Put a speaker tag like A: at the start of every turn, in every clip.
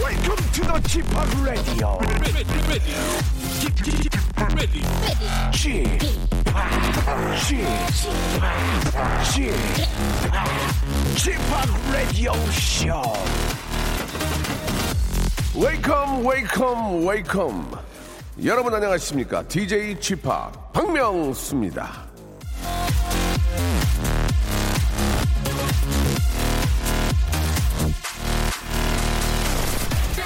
A: Welcome to the g p o p Radio.
B: ready, ready, ready,
A: g p o p G p o p Radio Show.
C: 웨이컴 웨이컴 웨이컴 여러분 안녕하십니까 DJ g p o p 박명수입니다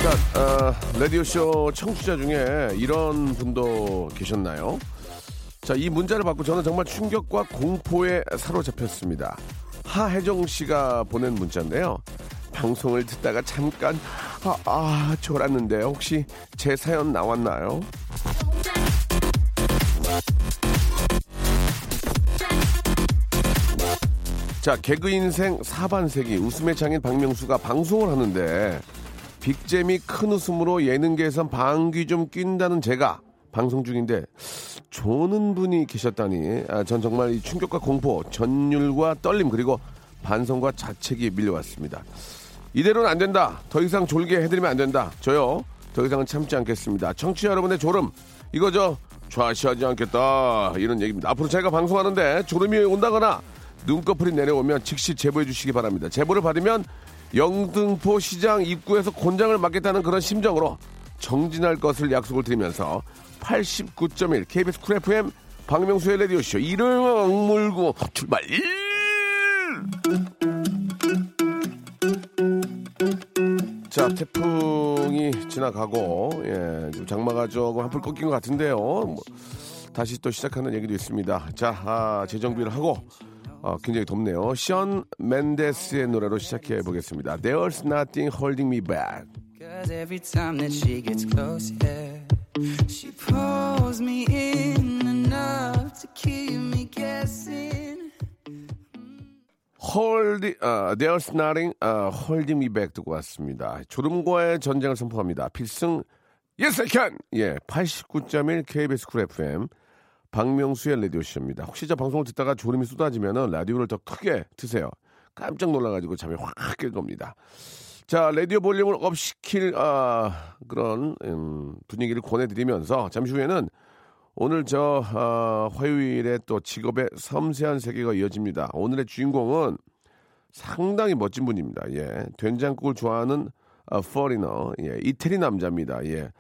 C: 자, 어, 라디오쇼 청취자 중에 이런 분도 계셨나요? 자, 이 문자를 받고 저는 정말 충격과 공포에 사로잡혔습니다. 하혜정 씨가 보낸 문자인데요. 방송을 듣다가 잠깐 아, 아 졸았는데 혹시 제 사연 나왔나요? 자, 개그 인생 사반세기 웃음의 장인 박명수가 방송을 하는데 빅잼이 큰 웃음으로 예능계에선 방귀 좀 낀다는 제가 방송 중인데 조는 분이 계셨다니 아, 전 정말 이 충격과 공포, 전율과 떨림 그리고 반성과 자책이 밀려왔습니다. 이대로는 안 된다. 더 이상 졸게 해드리면 안 된다. 저요. 더 이상은 참지 않겠습니다. 청취자 여러분의 졸음 이거 저 좌시하지 않겠다 이런 얘기입니다. 앞으로 제가 방송하는데 졸음이 온다거나 눈꺼풀이 내려오면 즉시 제보해 주시기 바랍니다. 제보를 받으면 영등포 시장 입구에서 곤장을 맞겠다는 그런 심정으로 정진할 것을 약속을 드리면서 89.1 KBS 쿨 FM 박명수의 라디오쇼 이를 악물고 출발 자 태풍이 지나가고 예, 좀 장마가 조금 한풀 꺾인 것 같은데요. 뭐, 다시 또 시작하는 얘기도 있습니다. 자 아, 재정비를 하고 아, 굉장히 덥네요. 션 맨데스의 노래로 시작해 보겠습니다. There's nothing holding me back.
D: Cause every time that she gets close, yeah, she pulls me in enough to keep me guessing.
C: 홀디, 아, There's Nothing 아, Holding Me Back 듣고 왔습니다. 졸음과의 전쟁을 선포합니다. 필승 Yes I can! 예, 89.1 KBS 쿨 FM 박명수의 라디오쇼입니다. 혹시 저 방송을 듣다가 졸음이 쏟아지면 라디오를 더 크게 트세요. 깜짝 놀라가지고 잠이 확 깰 겁니다. 자, 라디오 볼륨을 업 시킬 아, 그런 음, 분위기를 권해드리면서 잠시 후에는 오늘 저 아, 화요일에 또 직업의 섬세한 세계가 이어집니다. 오늘의 주인공은 상당히 멋진 분입니다. 예, 된장국을 좋아하는 아, 포리너, 예, 이태리 남자입니다. 예.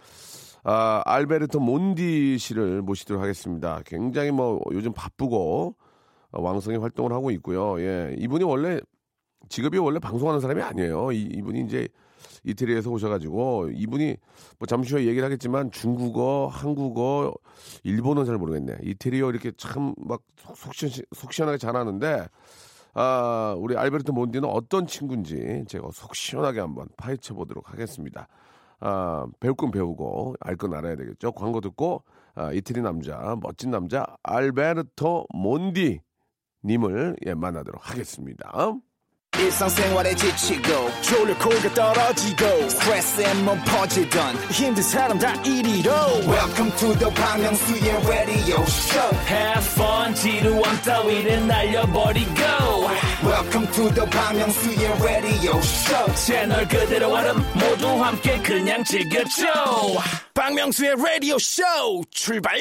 C: 아, 알베르토 몬디 씨를 모시도록 하겠습니다. 굉장히 뭐 요즘 바쁘고 어, 왕성히 활동을 하고 있고요. 예, 이분이 원래 직업이 원래 방송하는 사람이 아니에요. 이, 분이 이제 이태리에서 오셔가지고 이분이 뭐 잠시 후에 얘기를 하겠지만 중국어, 한국어, 일본어는 잘 모르겠네. 이태리어 이렇게 참 막 속시원하게 잘하는데 아 우리 알베르토 몬디는 어떤 친구인지 제가 속시원하게 한번 파헤쳐 보도록 하겠습니다. 아 배울 건 배우고 알 건 알아야 되겠죠. 광고 듣고 아, 이태리 남자 멋진 남자 알베르토 몬디 님을 예, 만나도록 하겠습니다.
E: 일상생활에 지치고, 졸려 코가 떨어지고, 스트레스에 몸 퍼지던, 힘든 사람 다 이리로. welcome to the Bang Myung-soo's radio show
F: Have fun 지루한 따위를 날려버리고
E: welcome to the Bang Myung-soo's radio show
F: 채널 그대로 와름 모두 함께 그냥 즐겨줘
A: 박명수의 라디오 쇼 출발.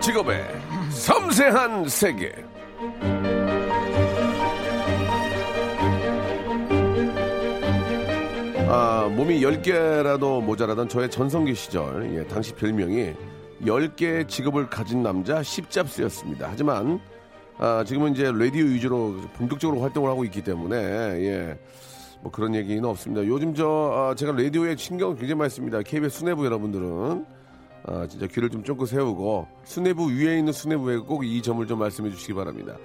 C: 직업의 섬세한 세계. 아, 몸이 10개라도 모자라던 저의 전성기 시절, 예, 당시 별명이 10개의 직업을 가진 남자 십잡스였습니다. 하지만, 아, 지금은 이제 라디오 위주로 본격적으로 활동을 하고 있기 때문에, 예, 뭐 그런 얘기는 없습니다. 요즘 저, 아, 제가 라디오에 신경을 굉장히 많이 씁니다. KBS 수뇌부 여러분들은. 아, 진짜 귀를 좀 쫑긋 세우고 수뇌부 위에 있는 수뇌부에 꼭 이 점을 좀 말씀해 주시기 바랍니다.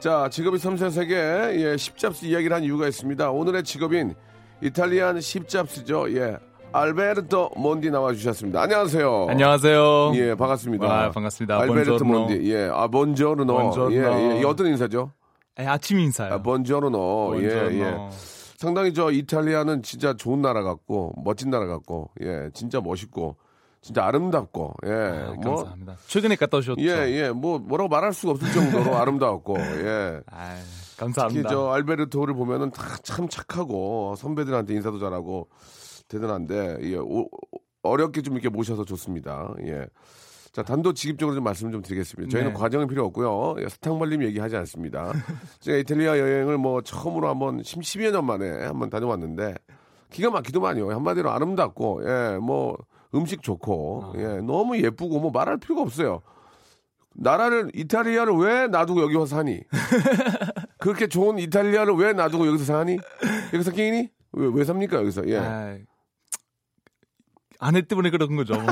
C: 자, 직업이 섬세한 세계 예, 십잡스 이야기를 한 이유가 있습니다. 오늘의 직업인 이탈리안 십잡스죠. 예. 알베르토 몬디 나와 주셨습니다. 안녕하세요.
G: 안녕하세요.
C: 어. 예, 반갑습니다.
G: 와, 어. 아, 반갑습니다.
C: 알베르토
G: Buongiorno.
C: 몬디. 예. 아, 본조르노.
G: Buongiorno.
C: 예, 예. 어떤 인사죠?
G: 예, 아침 인사요. 뭐, 네,
C: 아, 본조르노. 예,
G: Buongiorno.
C: 예. 상당히 저 이탈리아는 진짜 좋은 나라 같고 멋진 나라 같고 예 진짜 멋있고 진짜 아름답고 예.
G: 아,
C: 뭐
G: 감사합니다. 최근에 갔다 오셨죠?
C: 예, 예. 뭐 뭐라고 말할 수가 없을 정도로 아름다웠고. 예.
G: 아,
C: 특히
G: 감사합니다.
C: 저 알베르토를 보면은 다 참 착하고 선배들한테 인사도 잘하고 대단한데 예, 오- 어렵게 좀 이렇게 모셔서 좋습니다. 예. 자 단도직입적으로 좀 말씀 좀 드리겠습니다. 저희는
G: 네.
C: 과정은 필요 없고요. 예, 사탕발림 얘기하지 않습니다. 제가 이탈리아 여행을 뭐 처음으로 한번 10여 년 만에 한번 다녀왔는데 기가 막히더만요. 한마디로 아름답고 예 뭐 음식 좋고 예 너무 예쁘고 뭐 말할 필요가 없어요. 나라를 이탈리아를 왜 놔두고 여기 와서 사니? 그렇게 좋은 이탈리아를 왜 놔두고 여기서 사니? 여기서 끼니? 왜, 왜 삽니까 여기서? 예. 아,
G: 아, 아내 때문에 그런 거죠. 뭐.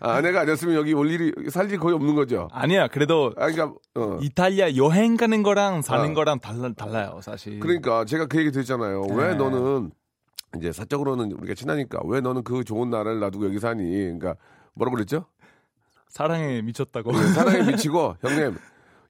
C: 아내가 아니었으면 여기 올 일이 살 일이 거의 없는 거죠.
G: 아니야. 그래도
C: 아 그러니까 어.
G: 이탈리아 여행 가는 거랑 사는
C: 아.
G: 거랑 달라, 달라요, 사실.
C: 그러니까 제가 그 얘기 드렸잖아요. 왜
G: 네.
C: 너는 이제 사적으로는 우리가 친하니까 왜 너는 그 좋은 나라를 놔두고 여기 사니? 그러니까 뭐라고 그랬죠? 그
G: 사랑에 미쳤다고.
C: 사랑에 미치고 형님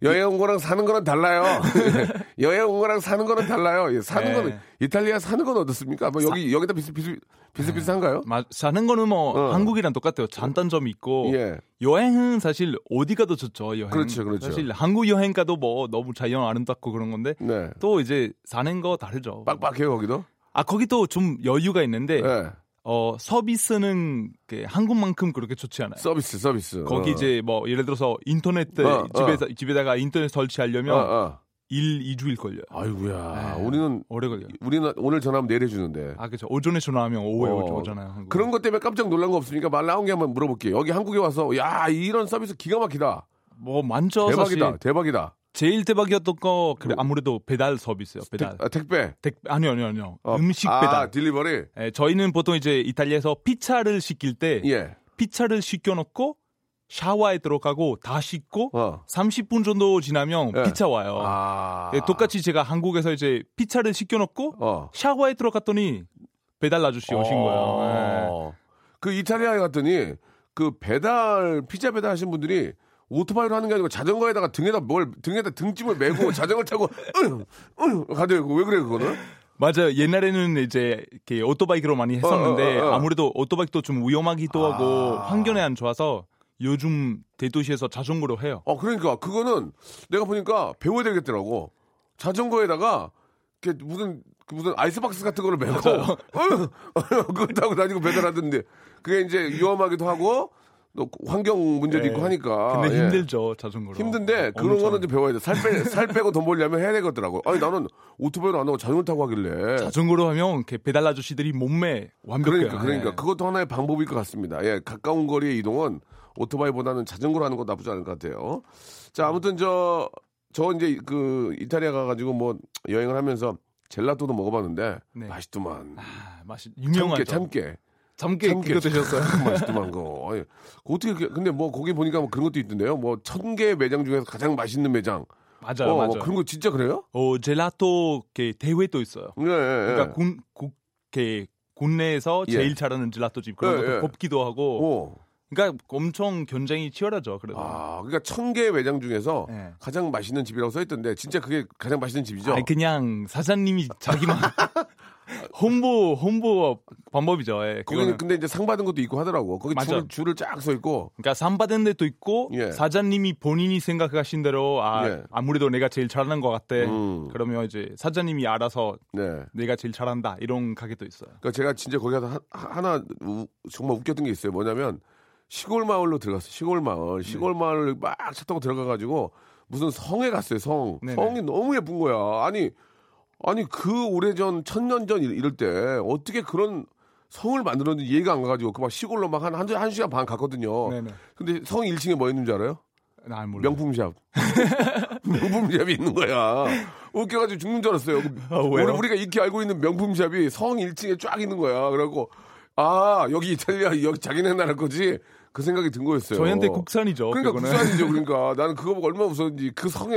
C: 여행 온 거랑 사는 거랑 달라요. 여행 온 거랑 사는 거랑 달라요. 예, 사는
G: 네.
C: 거는 이탈리아 사는 건 어떻습니까? 뭐 여기 여기다 비슷 비슷 비슷 비슷한가요?
G: 마- 사는 거는 뭐
C: 어.
G: 한국이랑 똑같아요. 장단점이 있고
C: 예.
G: 여행은 사실 어디 가도 좋죠. 여행.
C: 그렇죠, 그렇죠.
G: 사실 한국 여행 가도 뭐 너무 자연 아름답고 그런 건데
C: 네.
G: 또 이제 사는 거 다르죠.
C: 빡빡해요 거기도.
G: 아 거기 또 좀 여유가 있는데
C: 예.
G: 어 서비스는 그 한국만큼 그렇게 좋지 않아요.
C: 서비스 서비스.
G: 거기
C: 어.
G: 이제 뭐 예를 들어서 인터넷
C: 어,
G: 집에서 집에다가 인터넷 설치하려면
C: 어, 어.
G: 일 1, 2주일 걸려요.
C: 아이고야.
G: 네.
C: 우리는
G: 오래 걸려요.
C: 우리는 오늘 전화하면 내려 주는데.
G: 아 그렇죠. 오전에 전화하면 오후에
C: 어.
G: 오잖아요. 한국.
C: 그런 것 때문에 깜짝 놀란 거 없습니까? 말 나온 게 한번 물어볼게요. 여기 한국에 와서 야 이런 서비스 기가 막히다.
G: 뭐 만져
C: 대박이다. 뭐.
G: 사실
C: 대박이다.
G: 제일 대박이었던 거 그래, 아무래도 배달 서비스요. 배달.
C: 아, 택배.
G: 택- 아니요, 아니요, 아니요.
C: 어.
G: 음식
C: 아,
G: 배달.
C: 딜리버리.
G: 예, 저희는 보통 이제 이탈리아에서 피자를 시킬 때
C: 예.
G: 피자를 시켜놓고 샤워에 들어가고 다 씻고
C: 어.
G: 30분 정도 지나면
C: 예.
G: 피자 와요.
C: 아.
G: 예, 똑같이 제가 한국에서 이제 피자를 시켜놓고
C: 어.
G: 샤워에 들어갔더니 배달 아저씨 오신 거예요. 네.
C: 어. 그 이탈리아에 갔더니 그 배달 피자 배달 하신 분들이 오토바이로 하는 게 아니고 자전거에다가 등에다 뭘 등에다 등짐을 메고 자전거 타고 으응 으응 가대요. 왜 그래 그거는?
G: 예. 맞아요. 옛날에는 이제 이렇게 오토바이로 많이 했었는데
C: 어, 어, 어, 어.
G: 아무래도 오토바이도 좀 위험하기도
C: 아.
G: 하고 환경에 안 좋아서 요즘 대도시에서 자전거로 해요.
C: 어, 그러니까 그거는 내가 보니까 배워야 되겠더라고. 자전거에다가 이렇게 무슨 그 무슨 아이스박스 같은 거를 메고 어, 어, 그거 타고 다니고 배달하던데 그게 이제 위험하기도 하고 또 환경 문제도
G: 예.
C: 있고 하니까
G: 근데
C: 예.
G: 힘들죠 자전거로.
C: 힘든데 그런
G: 어느
C: 거는 이제 배워야 돼. 살, 빼, 살 빼고 돈 벌려면 해야 되겠더라고. 아니 나는 오토바이로 안 하고 자전거 타고 하길래.
G: 자전거로 하면 이렇게 배달 아저씨들이 몸매 완벽해요.
C: 그러니까 그러니까
G: 예.
C: 그것도 하나의 방법일 것 같습니다. 예, 가까운 거리의 이동은 오토바이보다는 자전거로 하는 거 나쁘지 않을 것 같아요. 자, 아무튼 저 저 이제 그 이탈리아 가가지고 뭐 여행을 하면서 젤라또도 먹어봤는데
G: 네.
C: 맛있더만.
G: 아, 맛이
C: 참깨
G: 유명하죠.
C: 참깨
G: 참깨
C: 참깨.
G: 그거 드셨어요?
C: 맛있더만 거. 아니, 그거 어떻게 이렇게- 근데 뭐 거기 보니까 뭐 그런 것도 있던데요. 뭐 천 개의 매장 중에서 가장 맛있는 매장.
G: 네, 맞아요,
C: 어,
G: 맞아요.
C: 그런 거 진짜 그래요?
G: 어, 젤라또 이렇게 대회도 있어요.
C: 예, 예, 예.
G: 그러니까 군, 국, 이렇게 군내에서
C: 예.
G: 제일 잘하는 젤라또 집 그런
C: 예,
G: 것도
C: 예.
G: 뽑기도 하고.
C: 오.
G: 그러니까 엄청 경쟁이 치열하죠. 그래도. 아,
C: 아, 그러니까 천 개의 매장 중에서
G: 예.
C: 가장 맛있는 집이라고 써 있던데 진짜 그게 가장 맛있는 집이죠?
G: 그냥 사장님이 자기만 홍보 홍보 방법이죠. 예,
C: 거기는
G: 그거는.
C: 근데 이제 상 받은 것도 있고 하더라고. 거기
G: 맞아.
C: 줄, 줄을 쫙 서 있고.
G: 그러니까 상 받은 데도 있고
C: 예.
G: 사장님이 본인이 생각하신 대로 아
C: 예.
G: 아무래도 내가 제일 잘하는 것 같아.
C: 음.
G: 그러면 이제 사장님이 알아서
C: 네.
G: 내가 제일 잘한다 이런 가게도 있어요.
C: 그러니까 제가 진짜 거기 가서 하- 하나 우- 정말 웃겼던 게 있어요. 뭐냐면 시골 마을로 들어갔어요. 시골 마을.
G: 네.
C: 시골 마을을 막 차 타고 들어가 가지고 무슨 성에 갔어요. 성.
G: 네네.
C: 성이 너무 예쁜 거야. 아니 아니 그 오래전 천년 전 이- 이럴 때 어떻게 그런 성을 만들었는지 이해가 안 가가지고 그 막 시골로 막 한 한 시간 반 갔거든요.
G: 네네.
C: 근데 성 1층에 뭐 있는 줄 알아요?
G: 난 몰라.
C: 명품샵. 명품샵이 있는 거야. 웃겨가지고 죽는 줄 알았어요. 그
G: 아,
C: 우리
G: 왜요?
C: 우리가 익히 알고 있는 명품샵이 성 1층에 쫙 있는 거야. 그래갖고 아 여기 이탈리아 여기 자기네 나라 거지 그 생각이 든 거였어요.
G: 저희한테 국산이죠.
C: 그러니까
G: 그거는.
C: 국산이죠. 그러니까 나는 그거 보고 얼마나 무서웠는지 그 성에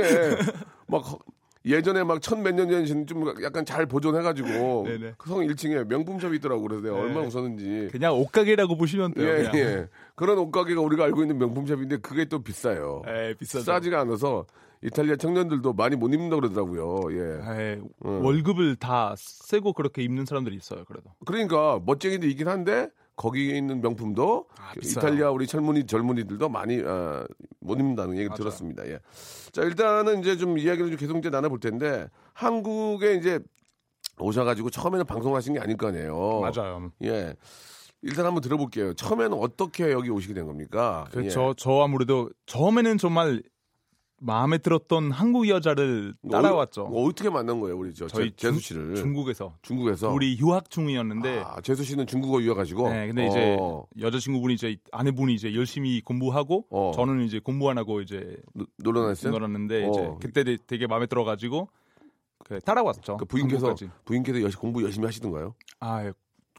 C: 막 허- 예전에 막 천 몇 년 전에 좀 약간 잘 보존해가지고
G: 네네. 네.
C: 그 성 1층에 명품샵이 있더라고 그래서 내가 얼마나 웃었는지.
G: 그냥 옷가게라고 보시면 돼요.
C: 예,
G: 그냥.
C: 예. 그런 옷가게가 우리가 알고 있는 명품샵인데 그게 또 비싸요.
G: 예, 비싸죠.
C: 싸지가 않아서 이탈리아 청년들도 많이 못 입는다 그러더라고요. 예.
G: 예, 월급을 다 세고 그렇게 입는 사람들이 있어요. 그래도.
C: 그러니까 멋쟁이도 있긴 한데 거기에 있는 명품도 그
G: 비싸요.
C: 이탈리아 우리 젊은이 젊은이들도 많이 어, 못 입는다는 얘기를 들었습니다. 예. 자 일단은 이제 좀 이야기를 좀 계속 이제 나눠볼 텐데 한국에 이제 오셔가지고 처음에는 방송하신 게 아닐 거 아니에요.
G: 맞아요.
C: 예. 일단 한번 들어볼게요. 처음에는 어떻게 여기 오시게 된 겁니까?
G: 그
C: 예.
G: 저, 저 아무래도 처음에는 정말 마음에 들었던 한국 여자를 따라왔죠.
C: 어, 어떻게 만난 거예요, 우리 저
G: 저희
C: 제, 제수 씨를
G: 중, 국에서
C: 중국, 에서
G: 우리 휴학 중이었는데
C: 아, 제수 씨는 중국어 유학하시고.
G: 네, 근데 이제
C: 어,
G: 여자친구분이 이제 아내분이 이제 열심히 공부하고
C: 어.
G: 저는 이제 공부 안 하고 이제
C: 노- 놀러 다녔어요.
G: 놀았는데
C: 어.
G: 이제 그때 되- 되게 마음에 들어가지고 그 따라왔죠.
C: 그 부인께서
G: 한국까지.
C: 부인께서 여- 공부 열심히 하시던가요?
G: 아 예.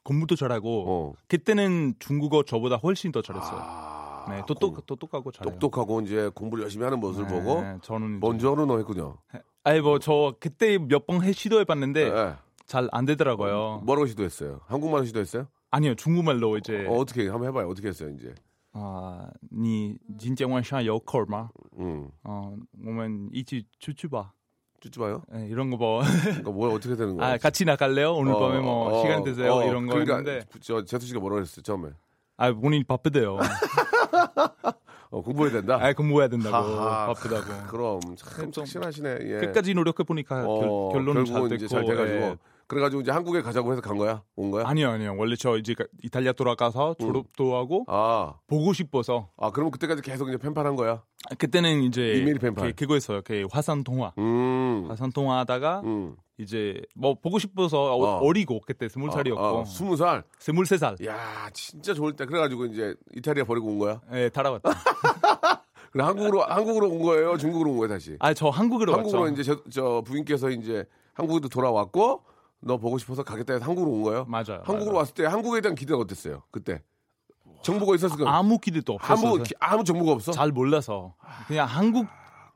G: 공부도 잘하고
C: 어.
G: 그때는 중국어 저보다 훨씬 더 잘했어요.
C: 아,
G: 네, 똑똑 똑똑하고 잘해요.
C: 똑똑하고 이제 공부를 열심히 하는 모습을
G: 네,
C: 보고
G: 저는 이제-
C: 먼저 언어 했군요.
G: 아니 뭐 저 그때 몇 번 시도해 봤는데
C: 예.
G: 잘 안 되더라고요.
C: 뭐라고 시도했어요? 한국말로 시도했어요?
G: 아니요 중국말로 이제
C: 어, 어떻게 한번 해봐요. 어떻게 했어요 이제?
G: 아니 진짜원샤 여컬마
C: 음,
G: 어 오면 이치 추추바
C: 쭈쭈봐요.
G: 예, 이런 거뭐
C: 그러니까 뭐 어떻게 되는 거예요?
G: 아, 같이 나갈래요? 오늘
C: 어,
G: 밤에 뭐
C: 어,
G: 시간 되세요?
C: 어,
G: 이런 거
C: 그러니까
G: 했는데
C: 저 제수 씨가 뭐라고 했어요 처음에?
G: 아 본인 이 바쁘대요.
C: 어, 공부해야 된다.
G: 아 공부해야 된다고
C: 하하.
G: 바쁘다고.
C: 그럼 참
G: 좀
C: 착실하시네. 예.
G: 끝까지 노력해 보니까
C: 어,
G: 결론은 잘
C: 결국은
G: 됐고
C: 이제 잘 돼가지고
G: 예.
C: 그래가지고 이제 한국에 가자고 해서 간 거야? 온 거야?
G: 아니요 아니요 원래 저 이제 가- 이탈리아 돌아가서 졸업도 하고
C: 음. 아,
G: 보고 싶어서
C: 아 그럼 그때까지 계속 이제 팬팔한 거야?
G: 아, 그때는 이제
C: 이메일 팬팔.
G: 그- 그거였어요. 그 화산 통화.
C: 음,
G: 화산 통화하다가
C: 음.
G: 이제 뭐 보고 싶어서
C: 어.
G: 어. 리고 그때 스물 살이었고
C: 아, 예. 스무 살.
G: 스물 세 살.
C: 야, 진짜 좋을 때 그래가지고 이제 이탈리아 버리고 온 거야?
G: 예, 따라왔죠.
C: 그래 한국으로 한국으로 온 거예요? 중국으로 온 거예요 다시?
G: 아, 저 한국으로
C: 한국으로
G: 왔죠.
C: 이제 저, 저 부인께서 이제 한국에도 돌아왔고 너 보고 싶어서 가겠다 해서 한국으로 온 거예요?
G: 맞아요,
C: 한국으로
G: 맞아요.
C: 왔을 때 한국에 대한 기대가 어땠어요? 그때 정보가 있었을 거예요.
G: 아무 기대도 없었어요.
C: 아무 기- 아무 정보가 없어?
G: 잘 몰라서 그냥 한국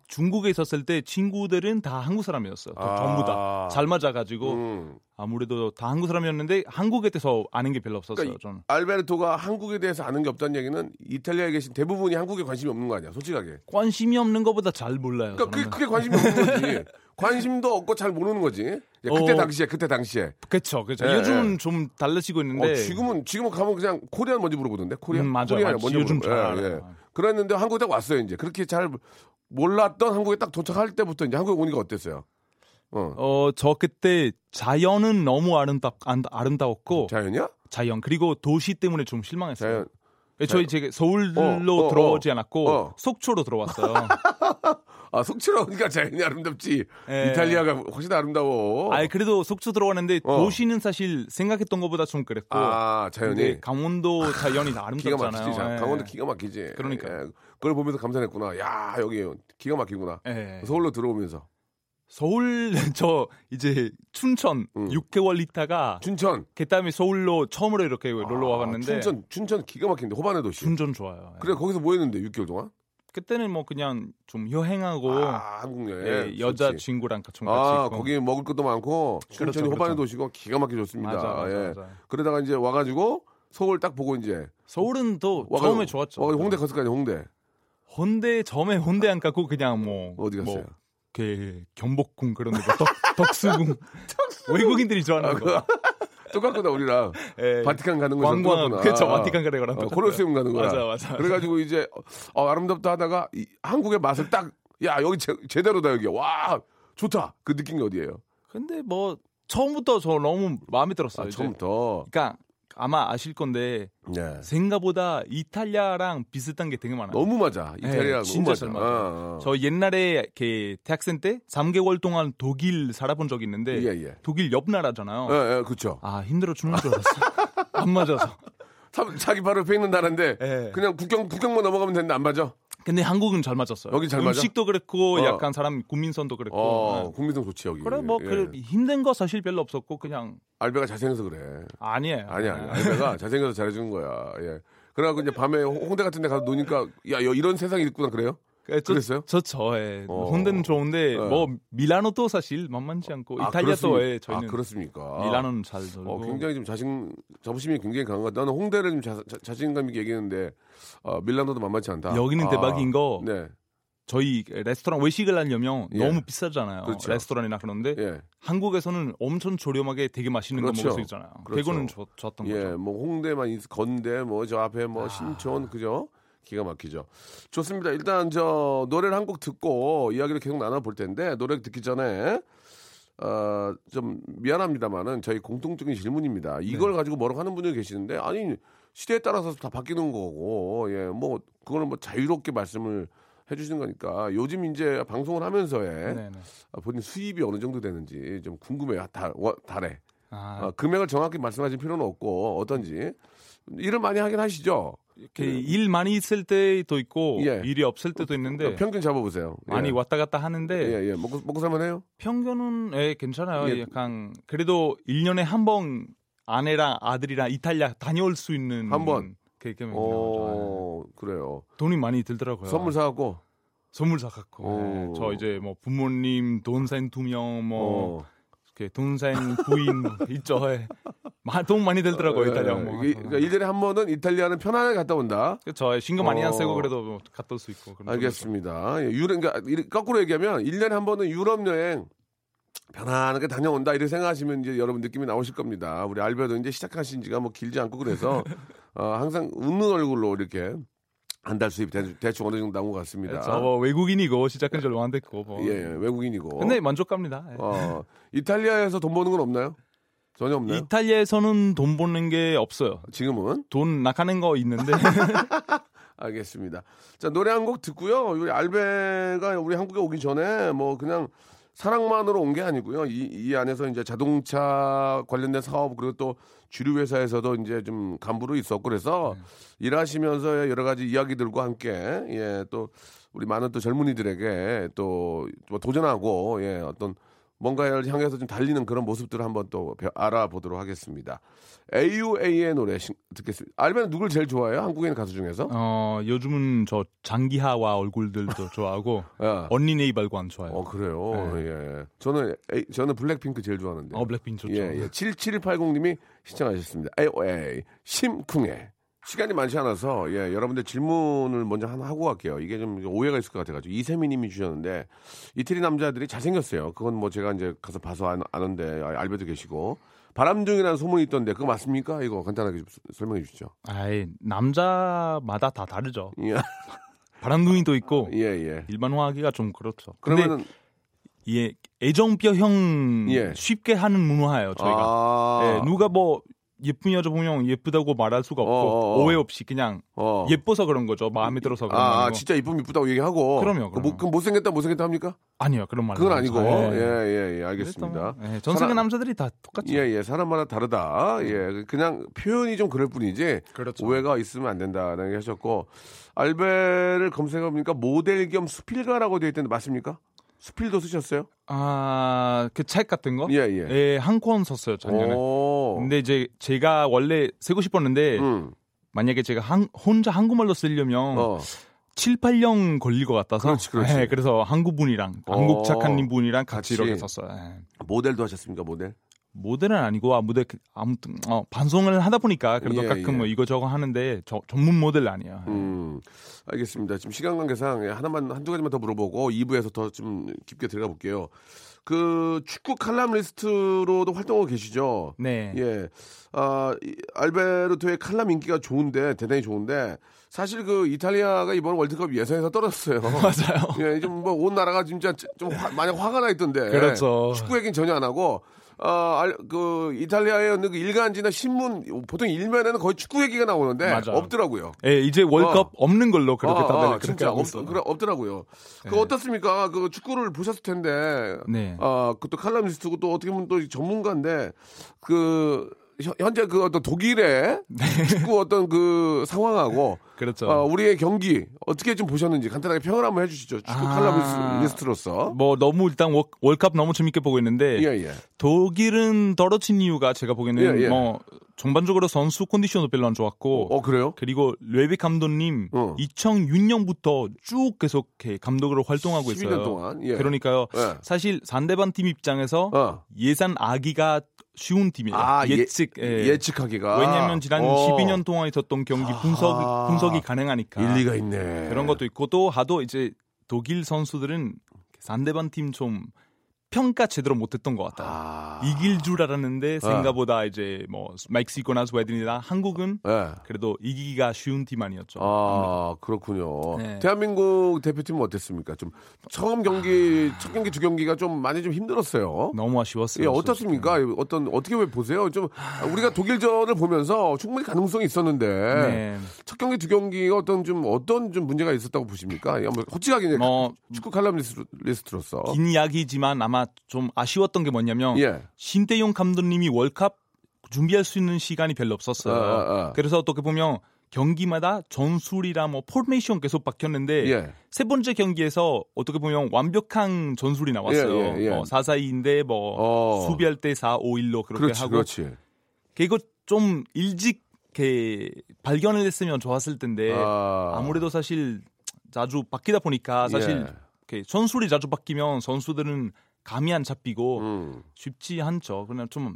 G: 중국에 있었을 때 친구들은 다 한국 사람이었어. 요
C: 아.
G: 전부 다 잘 맞아가지고
C: 음.
G: 아무래도 다 한국 사람이었는데 한국에 대해서 아는 게 별로 없었어요.
C: 그러니까
G: 그렇죠. 저는
C: 알베르토가 한국에 대해서 아는 게 없다는 얘기는 이탈리아에 계신 대부분이 한국에 관심이 없는 거 아니야, 솔직하게.
G: 관심이 없는 것보다 잘 몰라요.
C: 그러니까 그게,
G: 저는.
C: 그게 관심이 없는 거지. 관심도 없고 잘 모르는 거지. 야, 그때
G: 어.
C: 당시에, 그때 당시에.
G: 그쵸, 그쵸.
C: 예,
G: 요즘은 좀 달라지고 있는데
C: 어, 지금은, 지금은 가면 그냥 코리안 먼저 물어보던데? 코리안?
G: 네. 음, 맞아요.
C: 코리안
G: 맞지.
C: 먼저
G: 요즘
C: 물어보고.
G: 잘
C: 예, 예.
G: 알아요.
C: 그랬는데 한국에 딱 왔어요, 이제. 그렇게 잘 몰랐던 한국에 딱 도착할 때부터 이제 한국에 오니까 어땠어요? 어.
G: 어, 저 그때 자연은 너무 아름답 안- 아름다웠고
C: 자연이야?
G: 자연 그리고 도시 때문에 좀 실망했어요. 예,
C: 자연.
G: 저희 제 서울로
C: 어, 어,
G: 들어오지
C: 어.
G: 않았고
C: 어. 속초로
G: 속초로 들어왔어요.
C: 아, 속초로 오니까 자연이 아름답지.
G: 예.
C: 이탈리아가 훨씬 아름다워.
G: 아 그래도 속초 들어왔는데
C: 어.
G: 도시는 사실 생각했던 것보다 좀 그랬고
C: 아,
G: 근데
C: 자연이.
G: 강원도 자연이 다
C: 기가
G: 아름답잖아요.
C: 막히지. 자,
G: 예.
C: 강원도 기가 막히지.
G: 그러니까.
C: 예. 그걸 보면서 감탄했구나. 야 여기 기가 막히구나.
G: 예.
C: 서울로 들어오면서
G: 서울 저 이제 춘천
C: 음.
G: 6개월 있다가
C: 춘천.
G: 그다음에 서울로 처음으로 이렇게 놀러 와봤는데
C: 아, 춘천 춘천 기가 막힌데 호반의 도시.
G: 춘천 좋아요. 예.
C: 그래 거기서 뭐 했는데 6개월 동안?
G: 그때는 뭐 그냥 좀 여행하고
C: 아 한국 여행.
G: 예,
C: 좋지.
G: 여자 친구랑 같이
C: 아
G: 있고.
C: 거기 먹을 것도 많고 춘천이
G: 그렇죠,
C: 호반의
G: 그렇죠.
C: 도시고 기가 막히게 좋습니다.
G: 맞아, 맞아,
C: 예.
G: 맞아.
C: 그러다가 이제 와가지고 서울 딱 보고 이제
G: 서울은 또
C: 와가지고-
G: 처음에 좋았죠.
C: 와가지고 홍대 갔을 거 아니야 홍대.
G: 혼대 처음에 혼대 안 가고 그냥 뭐
C: 어디 갔어요?
G: 뭐, 그 경복궁 그런 데덕 덕수궁 외국인들이 좋아하는 거
C: 똑같구나 우리랑.
G: 예.
C: 바티칸 가는 거랑
G: 관광
C: 똑같구나.
G: 그쵸
C: 아.
G: 바티칸 가는 거랑
C: 어,
G: 똑같아요.
C: 콜로세움 가는 거야.
G: 맞아 맞아
C: 그래가지고 이제 어, 아름답다 하다가 이 한국의 맛을 딱 야 여기 제, 제대로다 여기 와 좋다 그 느낌이 어디예요?
G: 근데 뭐 처음부터 저 너무 마음에 들었어요
C: 아,
G: 이제.
C: 처음부터
G: 그러니까 아마 아실 건데
C: 네.
G: 생각보다 이탈리아랑 비슷한 게 되게 많아요
C: 너무 맞아 이탈리아
G: 예, 진짜
C: 너무
G: 잘
C: 맞아. 어,
G: 맞아요. 저 옛날에 그 대학생 때 3개월 동안 독일 살아본 적이 있는데
C: 예, 예.
G: 독일 옆 나라잖아요
C: 예, 예, 그렇죠.
G: 아 힘들어 죽는 줄 알았어 안 맞아서
C: 참, 자기 바로 옆에 있는 나라인데
G: 예.
C: 그냥 국경 국경만 넘어가면 되는데 안 맞아.
G: 근데 한국은 잘 맞았어요.
C: 여기 잘 맞아?
G: 음식도 그랬고
C: 어.
G: 약간 사람 국민선도 그랬고.
C: 어,
G: 네.
C: 국민성 좋지 여기.
G: 그래 뭐
C: 예.
G: 그 힘든 거 사실 별로 없었고 그냥
C: 알베가 잘생겨서 그래.
G: 아니에요.
C: 아니야, 아니야. 알베가 잘생겨서 잘해주는 거야. 예. 그래갖고 이제 밤에 홍대 같은 데 가서 노니까 야 여- 이런 세상이 있구나 그래요?
G: 그
C: 그랬어요?
G: 저저 예.
C: 어.
G: 혼대는 좋은데
C: 예.
G: 뭐 밀라노도 사실 만만치 않고
C: 아,
G: 이탈리아도
C: 그렇습니-
G: 예, 저희는
C: 아, 그렇습니까?
G: 밀라노는 잘 놀고.
C: 어, 굉장히 좀 자신 자부심이 굉장히 강한 것 같아. 나는 홍대를 좀 자, 자, 신감 있게 얘기했는데 어, 밀라노도 만만치 않다.
G: 여기는
C: 아,
G: 대박인 거.
C: 네.
G: 저희 레스토랑 외식을 하려면
C: 예.
G: 너무 비싸잖아요.
C: 그렇죠.
G: 레스토랑이나 그런데
C: 예.
G: 한국에서는 엄청 저렴하게 되게 맛있는
C: 그렇죠.
G: 거 먹을 수 있잖아요.
C: 그렇죠.
G: 대구는 좋, 좋았던
C: 예,
G: 거죠. 아.
C: 뭐 홍대만 있, 건대 뭐 저 앞에 뭐 신촌 그죠? 기가 막히죠. 좋습니다. 일단 저 노래를 한 곡 듣고 이야기를 계속 나눠 볼 텐데 노래 듣기 전에 어, 좀 미안합니다만은 저희 공통적인 질문입니다.
G: 네.
C: 이걸 가지고 뭐라고 하는 분들이 계시는데 아니 시대에 따라서 다 바뀌는 거고 예, 뭐 그거는 뭐 자유롭게 말씀을 해주시는 거니까 요즘 이제 방송을 하면서에
G: 네네.
C: 본인 수입이 어느 정도 되는지 좀 궁금해요. 달, 월- 달에.
G: 아,
C: 아, 금액을 정확히 말씀하실 필요는 없고 어떤지 일을 많이 하긴 하시죠.
G: 이렇게 일 많이 있을 때도 있고
C: 그 예. 그
G: 일이 없을 때도 있는데
C: 평균 잡아보세요. 예.
G: 네. 많이 왔다 갔다 하는데
C: 예, 예. 먹고 먹고 살만 해요.
G: 평균은 예, 괜찮아요.
C: 예.
G: 약간 그래도 1년에 한 번 아내랑 아들이랑 이탈리아 다녀올 수 있는
C: 한 번.
G: 그렇게 어...
C: 어, 그래요.
G: 돈이 많이 들더라고요.
C: 선물 사갖고.
G: 선물 사갖고 예,
C: 오.
G: 저 이제 뭐 부모님 돈센 두명뭐
C: 어.
G: 이렇게 돈센 부인 있죠. 예. 마- 돈 많이 들더라고요 이탈리아
C: 예,
G: 뭐.
C: 이- 그러니까 일절에한 번은 이탈리아는 편안하게 갔다 온다.
G: 그렇죠. 예, 신경 많이 안
C: 어.
G: 쓰고 그래도 뭐 갔다 올 수 있고. 그런
C: 알겠습니다. 예, 유럽 그러니까 이- 거꾸로 얘기하면 일년에한 번은 유럽 여행 편안하게 다녀온다 이렇게 생각하시면 이제 여러분 느낌이 나오실 겁니다. 우리 알베도 이제 시작하신 지가 뭐 길지 않고 그래서 어, 항상 웃는 얼굴로 이렇게 한 달 수입 대, 대충 어느 정도 나온 것 같습니다.
G: 네, 예, 저뭐 외국인이고 시작한 지 얼마 안 됐고. 뭐.
C: 예, 예, 외국인이고.
G: 근데 만족합니다. 예.
C: 어, 이탈리아에서 돈 버는 건 없나요? 전혀 없나요?
G: 이탈리아에서는 돈 버는 게 없어요.
C: 지금은
G: 돈 나가는 거 있는데
C: 알겠습니다. 자 노래 한 곡 듣고요. 우리 알베가 우리 한국에 오기 전에 뭐 그냥 사랑만으로 온 게 아니고요. 이, 이 안에서 이제 자동차 관련된 사업 그리고 또 주류 회사에서도 이제 좀 간부로 있었고 그래서 일하시면서 여러 가지 이야기들과 함께 예 또 우리 많은 또 젊은이들에게 또뭐 도전하고 예 어떤 뭔가를 향해서 좀 달리는 그런 모습들을 한번 또 벼- 알아보도록 하겠습니다. AUA의 노래 신- 듣겠습니다. 알베는 누굴 제일 좋아해요? 한국인 가수 중에서?
G: 어 요즘은 저 장기하와 얼굴들도 좋아하고
C: 예.
G: 언니 네이발고 안 좋아해요.
C: 어
G: 어,
C: 그래요.
G: 네. 어,
C: 예. 저는 에이, 저는 블랙핑크 제일 좋아하는데.
G: 블랙핑 좋죠.
C: 예, 예. 7780님이 시청하셨습니다. 에이, 심쿵해. 시간이 많지 않아서 예, 여러분들 질문을 먼저 하나 하고 갈게요. 이게 좀 오해가 있을 것 같아가지고 이세미님이 주셨는데 이태리 남자들이 잘생겼어요. 그건 뭐 제가 이제 가서 봐서 안, 아는데 아, 알베도 계시고 바람둥이라는 소문이 있던데 그거 맞습니까? 이거 간단하게 좀 설명해 주시죠.
G: 아이 남자마다 다 다르죠.
C: 예,
G: 바람둥이도 있고
C: 예, 예.
G: 일반화하기가 좀 그렇죠. 그러면
C: 그러면은
G: 예 애정뼈형
C: 예.
G: 쉽게 하는 문화예요 저희가.
C: 아,
G: 예, 누가 뭐 예쁜 여자 보면 예쁘다고 말할 수가 없고
C: 어, 어, 어.
G: 오해 없이 그냥
C: 어.
G: 예뻐서 그런 거죠. 마음에 들어서 그런 거
C: 아, 아,
G: 아니고.
C: 진짜 이쁨 이쁘다고 얘기하고
G: 그럼요,
C: 그 뭐,
G: 그럼요.
C: 그 못생겼다 못생겼다 합니까?
G: 아니요 그런 말.
C: 그건
G: 안
C: 아니고
G: 하죠.
C: 예예
G: 예.
C: 예, 예,
G: 그래서
C: 알겠습니다.
G: 뭐, 예, 전 세계
C: 사람-
G: 남자들이 다 똑같죠.
C: 예, 예, 사람마다 다르다. 예, 그냥 표현이 좀 그럴 뿐이지.
G: 그렇죠.
C: 오해가 있으면 안 된다라는 게 하셨고, 알베를 검색해보니까 모델 겸 수필가라고 되어 있던데 맞습니까? 수필도 쓰셨어요?
G: 아, 그 책 같은 거?
C: 예, 예.
G: 한 권 썼어요, 네, 작년에.
C: 오.
G: 근데 이제 제가 원래 쓰고 싶었는데
C: 음,
G: 만약에 제가 한- 혼자 한국말로 쓰려면
C: 어.
G: 7, 8년 걸릴 것 같아서
C: 그렇지, 그렇지. 어.
G: 예, 그래서 한국 분이랑 한국 작가님 분이랑
C: 같이.
G: 같이, 이렇게 썼어요. 예.
C: 모델도 하셨습니까, 모델?
G: 모델은 아니고 아, 무대 그- 아무튼 어, 반송을 하다 보니까 그래도
C: 예,
G: 가끔
C: 예.
G: 뭐 이거 저거 하는데 저- 전문 모델 아니에요.
C: 음, 알겠습니다. 지금 시간 관계상 예, 하나만 한두 가지만 더 물어보고 2부에서 더 좀 깊게 들어가 볼게요. 그 축구 칼럼리스트로도 활동하고 계시죠?
G: 네.
C: 예. 아, 이- 알베르토의 칼럼 인기가 좋은데 대단히 좋은데 사실 그 이탈리아가 이번 월드컵 예선에서 떨어졌어요.
G: 맞아요.
C: 예, 좀 뭐 온 나라가 진짜 좀 화- 많이 화가 나 있던데.
G: 그렇죠.
C: 축구 얘기는 전혀 안 하고 아, 아그 이탈리아의 어느 그 일간지나 신문 보통 일면에는 거의 축구 얘기가 나오는데
G: 맞아요.
C: 없더라고요.
G: 예, 이제 월컵
C: 어.
G: 없는 걸로 그렇게
C: 아,
G: 다들
C: 아,
G: 그렇게
C: 진짜
G: 하고
C: 없,
G: 있어요.
C: 그래, 없더라고요. 그 어떻습니까? 그 축구를 보셨을 텐데.
G: 네.
C: 아, 그것도 칼럼니스트고 또 어떻게 보면 또 전문가인데 그 현- 현재 그 어떤 독일의 축구 어떤 그 상황하고
G: 네. 그렇죠.
C: 아, 우리의 경기 어떻게 좀 보셨는지 간단하게 평을 한번 해주시죠. 축구
G: 아.
C: 칼럼니스트로서.
G: 뭐 너무 일단 월, 월컵 너무 재밌게 보고 있는데
C: 예, 예.
G: 독일은 떨어진 이유가 제가 보기에는
C: 예, 예.
G: 뭐 전반적으로 선수 컨디션도 별로 안 좋았고
C: 어, 그래요?
G: 그리고 레비 감독님
C: 어.
G: 2006년부터 쭉 계속 이렇게 감독으로 활동하고
C: 12년
G: 있어요.
C: 동안, 예.
G: 그러니까요.
C: 예.
G: 사실 상대방 팀 입장에서
C: 어.
G: 예산 아기가 쉬운 팀이에요.
C: 아, 예-
G: 예측. 예.
C: 예측하기가.
G: 왜냐하면 지난
C: 어,
G: 12년 동안 있었던 경기 분석
C: 아하.
G: 분석이 가능하니까.
C: 일리가 있네.
G: 그런 것도 있고 또 하도 이제 독일 선수들은 상대방 팀 좀 평가 제대로 못했던 것 같아요.
C: 아. 네.
G: 이길 줄 알았는데 생각보다 이제 뭐 멕시코나 스웨덴이나 한국은
C: 예.
G: 그래도 이기기가 쉬운 팀 아니었죠.
C: 아, 그렇군요.
G: 네.
C: 대한민국 대표팀은 어땠습니까? 좀 처음 경기, 첫 경기 두 경기가 좀 많이 좀 힘들었어요.
G: 너무 아쉬웠어요.
C: 예, 어떻습니까? 어떤 어떻게 왜 보세요? 좀 우리가 독일전을 보면서 충분히 가능성이 있었는데
G: 네.
C: 첫 경기 두 경기가 어떤 좀 어떤 좀 문제가 있었다고 보십니까? 예, 한번 호치하게 이제
G: 뭐,
C: 축구 칼럼니스트로서
G: 긴 이야기지만 아마 좀 아쉬웠던 게 뭐냐면
C: 어? 예.
G: 신대용 감독님이 월컵 준비할 수 있는 시간이 별로 없었어요.
C: 아, 아, 아.
G: 그래서 어떻게 보면 경기마다 전술이라 뭐 포메이션 계속 바뀌었는데
C: 예.
G: 세 번째 경기에서 어떻게 보면 완벽한 전술이 나왔어요.
C: 예, 예, 예.
G: 뭐 4-4-2인데 뭐
C: 어.
G: 수비할 때 4-5-1로 그렇게
C: 그렇지,
G: 하고
C: 그렇지.
G: 이거 좀 일찍 이렇게 발견을 했으면 좋았을 텐데
C: 아.
G: 네, 아무래도 사실 자주 바뀌다 보니까 사실
C: 예.
G: 이렇게 선술이 자주 바뀌면 선수들은 감이 안 잡히고
C: 음.
G: 쉽지 않죠. 그냥 좀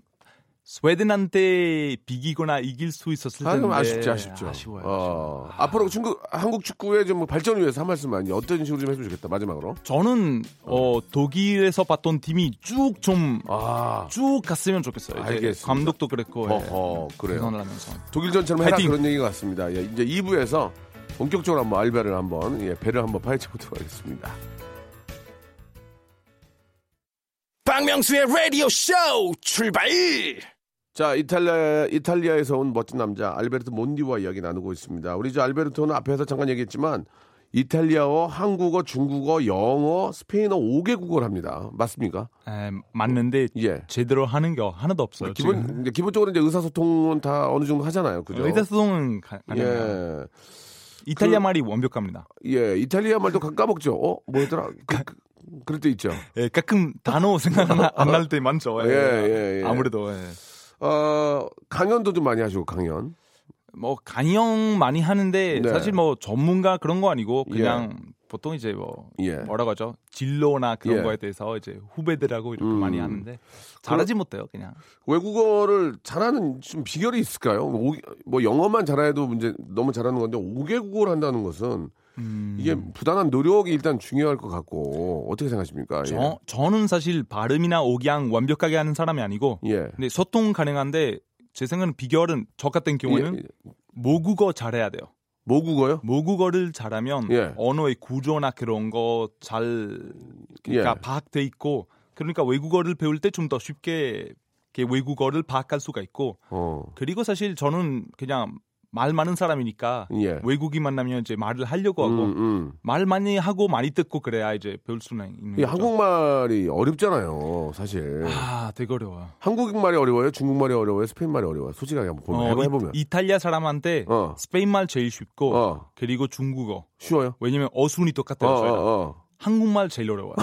G: 스웨덴한테 비기거나 이길 수 있었을
C: 아,
G: 텐데
C: 좀 아쉽지, 아쉽죠.
G: 아쉬워요.
C: 어, 앞으로 중국, 한국 축구의 좀 발전을 위해서 한 말씀 많이 어떤 식으로 좀 해주면 좋겠다, 마지막으로.
G: 저는 어, 독일에서 봤던 팀이 쭉 좀 쭉
C: 아,
G: 갔으면 좋겠어요. 이제
C: 알겠습니다.
G: 감독도 그랬고
C: 어허,
G: 예,
C: 그래요.
G: 선언을 하면서
C: 독일전처럼 해라
G: 파이팅!
C: 그런 얘기 같습니다. 예, 이제 2부에서 본격적으로 한번 알바를 한번, 예, 배를 한번 파헤쳐보도록 하겠습니다.
A: 박명수의 라디오 쇼 출발!
C: 자, 이탈리아, 이탈리아에서 온 멋진 남자, 알베르토 몬디와 이야기 나누고 있습니다. 우리 저 알베르토는 앞에서 잠깐 얘기했지만, 이탈리아어, 한국어, 중국어, 영어, 스페인어 5개 국어를 합니다. 맞습니까?
G: 에, 맞는데
C: 예. 뭐
G: 제대로 하는 게 하나도 없어요. 지금.
C: 기본, 이제 기본적으로 이제 의사소통은 다 어느 정도 하잖아요. 그죠?
G: 의사소통은 가- 가능해요.
C: 예.
G: 이탈리아
C: 그-
G: 말이 완벽합니다.
C: 예. 이탈리아 말도 가- 까먹죠. 어? 뭐였더라? 그, 그, 그럴 때 있죠.
G: 예, 가끔 단어 생각 안 날 때 많죠. 예,
C: 예, 예, 예.
G: 아무래도 예.
C: 어, 강연도 좀 많이 하시고, 강연.
G: 뭐 강연 많이 하는데
C: 네.
G: 사실 뭐 전문가 그런 거 아니고 그냥 보통 이제 뭐
C: 예.
G: 뭐라고 하죠 진로나 그런
C: 예. 음.
G: 거에 대해서 이제 후배들하고 이렇게 많이 하는데 잘하지 못해요 그냥
C: 외국어를 잘하는 좀 비결이 있을까요? 오- 뭐 영어만 잘해도 문제 너무 잘하는 건데 5개국어를 한다는 것은
G: 음.
C: 이게 부단한 노력이 일단 중요할 것 같고 어떻게 생각하십니까? 예.
G: 저 저는 사실 발음이나 억양 완벽하게 하는 사람이 아니고
C: 예.
G: 근데 소통 가능한데 제 생각은 비결은 저 같은 경우에는
C: 예, 예.
G: 모국어 잘해야 돼요.
C: 모국어요?
G: 모국어를 잘하면
C: 예.
G: 언어의 구조나 그런 거 잘 그러니까
C: 예.
G: 파악돼 있고 그러니까 외국어를 배울 때 좀 더 쉽게 이렇게 외국어를 파악할 수가 있고
C: 어.
G: 그리고 사실 저는 그냥 말 많은 사람이니까
C: 예.
G: 외국인 만나면 이제 말을 하려고 하고
C: 음, 음.
G: 말 많이 하고 많이 듣고 그래야 이제 배울 수는 있는
C: 이
G: 거죠.
C: 한국말이 어렵잖아요, 사실.
G: 아 되게 어려워요.
C: 한국말이 어려워요, 중국말이 어려워요, 스페인말이 어려워요. 솔직하게 한번 보면 해보- 해보면
G: 이, 탈리아 사람한테
C: 어.
G: 스페인 말 제일 쉽고
C: 어.
G: 그리고 중국어
C: 쉬워요.
G: 왜냐면 어순이 똑같아요.
C: 어,
G: 저희랑.
C: 어, 어.
G: 한국말 제일 어려워요.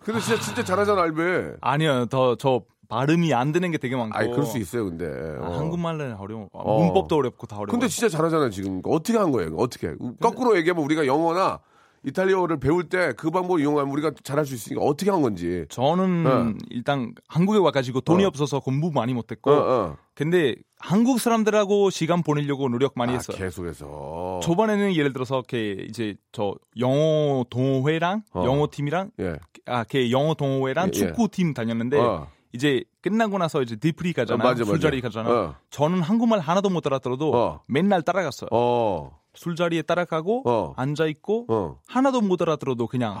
C: 근데 진짜 진짜 잘하잖아, 알베.
G: 아니요, 더 저 발음이 안 되는 게 되게 많고.
C: 아이 그럴 수 있어요, 근데.
G: 아,
C: 어.
G: 한국말은 어려워. 아,
C: 어.
G: 문법도 어렵고 다 어려워.
C: 근데 진짜 잘하잖아요 지금 어떻게 한 거예요 이거? 어떻게 거꾸로 얘기하면 우리가 영어나 이탈리아어를 배울 때 그 방법 이용하면 우리가 잘할 수 있으니까 어떻게 한 건지
G: 저는
C: 네.
G: 일단 한국에 와가지고 돈이
C: 어.
G: 없어서 공부 많이 못했고,
C: 어, 어.
G: 근데 한국 사람들하고 시간 보내려고 노력 많이
C: 아,
G: 했어요.
C: 계속해서
G: 초반에는 예를 들어서 이렇게 이제 저 영어 동호회랑
C: 어.
G: 영어 팀이랑
C: 예.
G: 아, 이렇게 영어 동호회랑
C: 예, 예.
G: 축구 팀 다녔는데
C: 어.
G: 이제 끝나고 나서 이제 디프리 가잖아,
C: 어,
G: 요
C: 맞아, 맞아.
G: 술자리 가잖아. 요
C: 어.
G: 저는 한국말 하나도 못 알아들어도
C: 어.
G: 맨날 따라갔어요.
C: 어.
G: 술자리에 따라가고
C: 어.
G: 앉아 있고
C: 어.
G: 하나도 못 알아들어도 그냥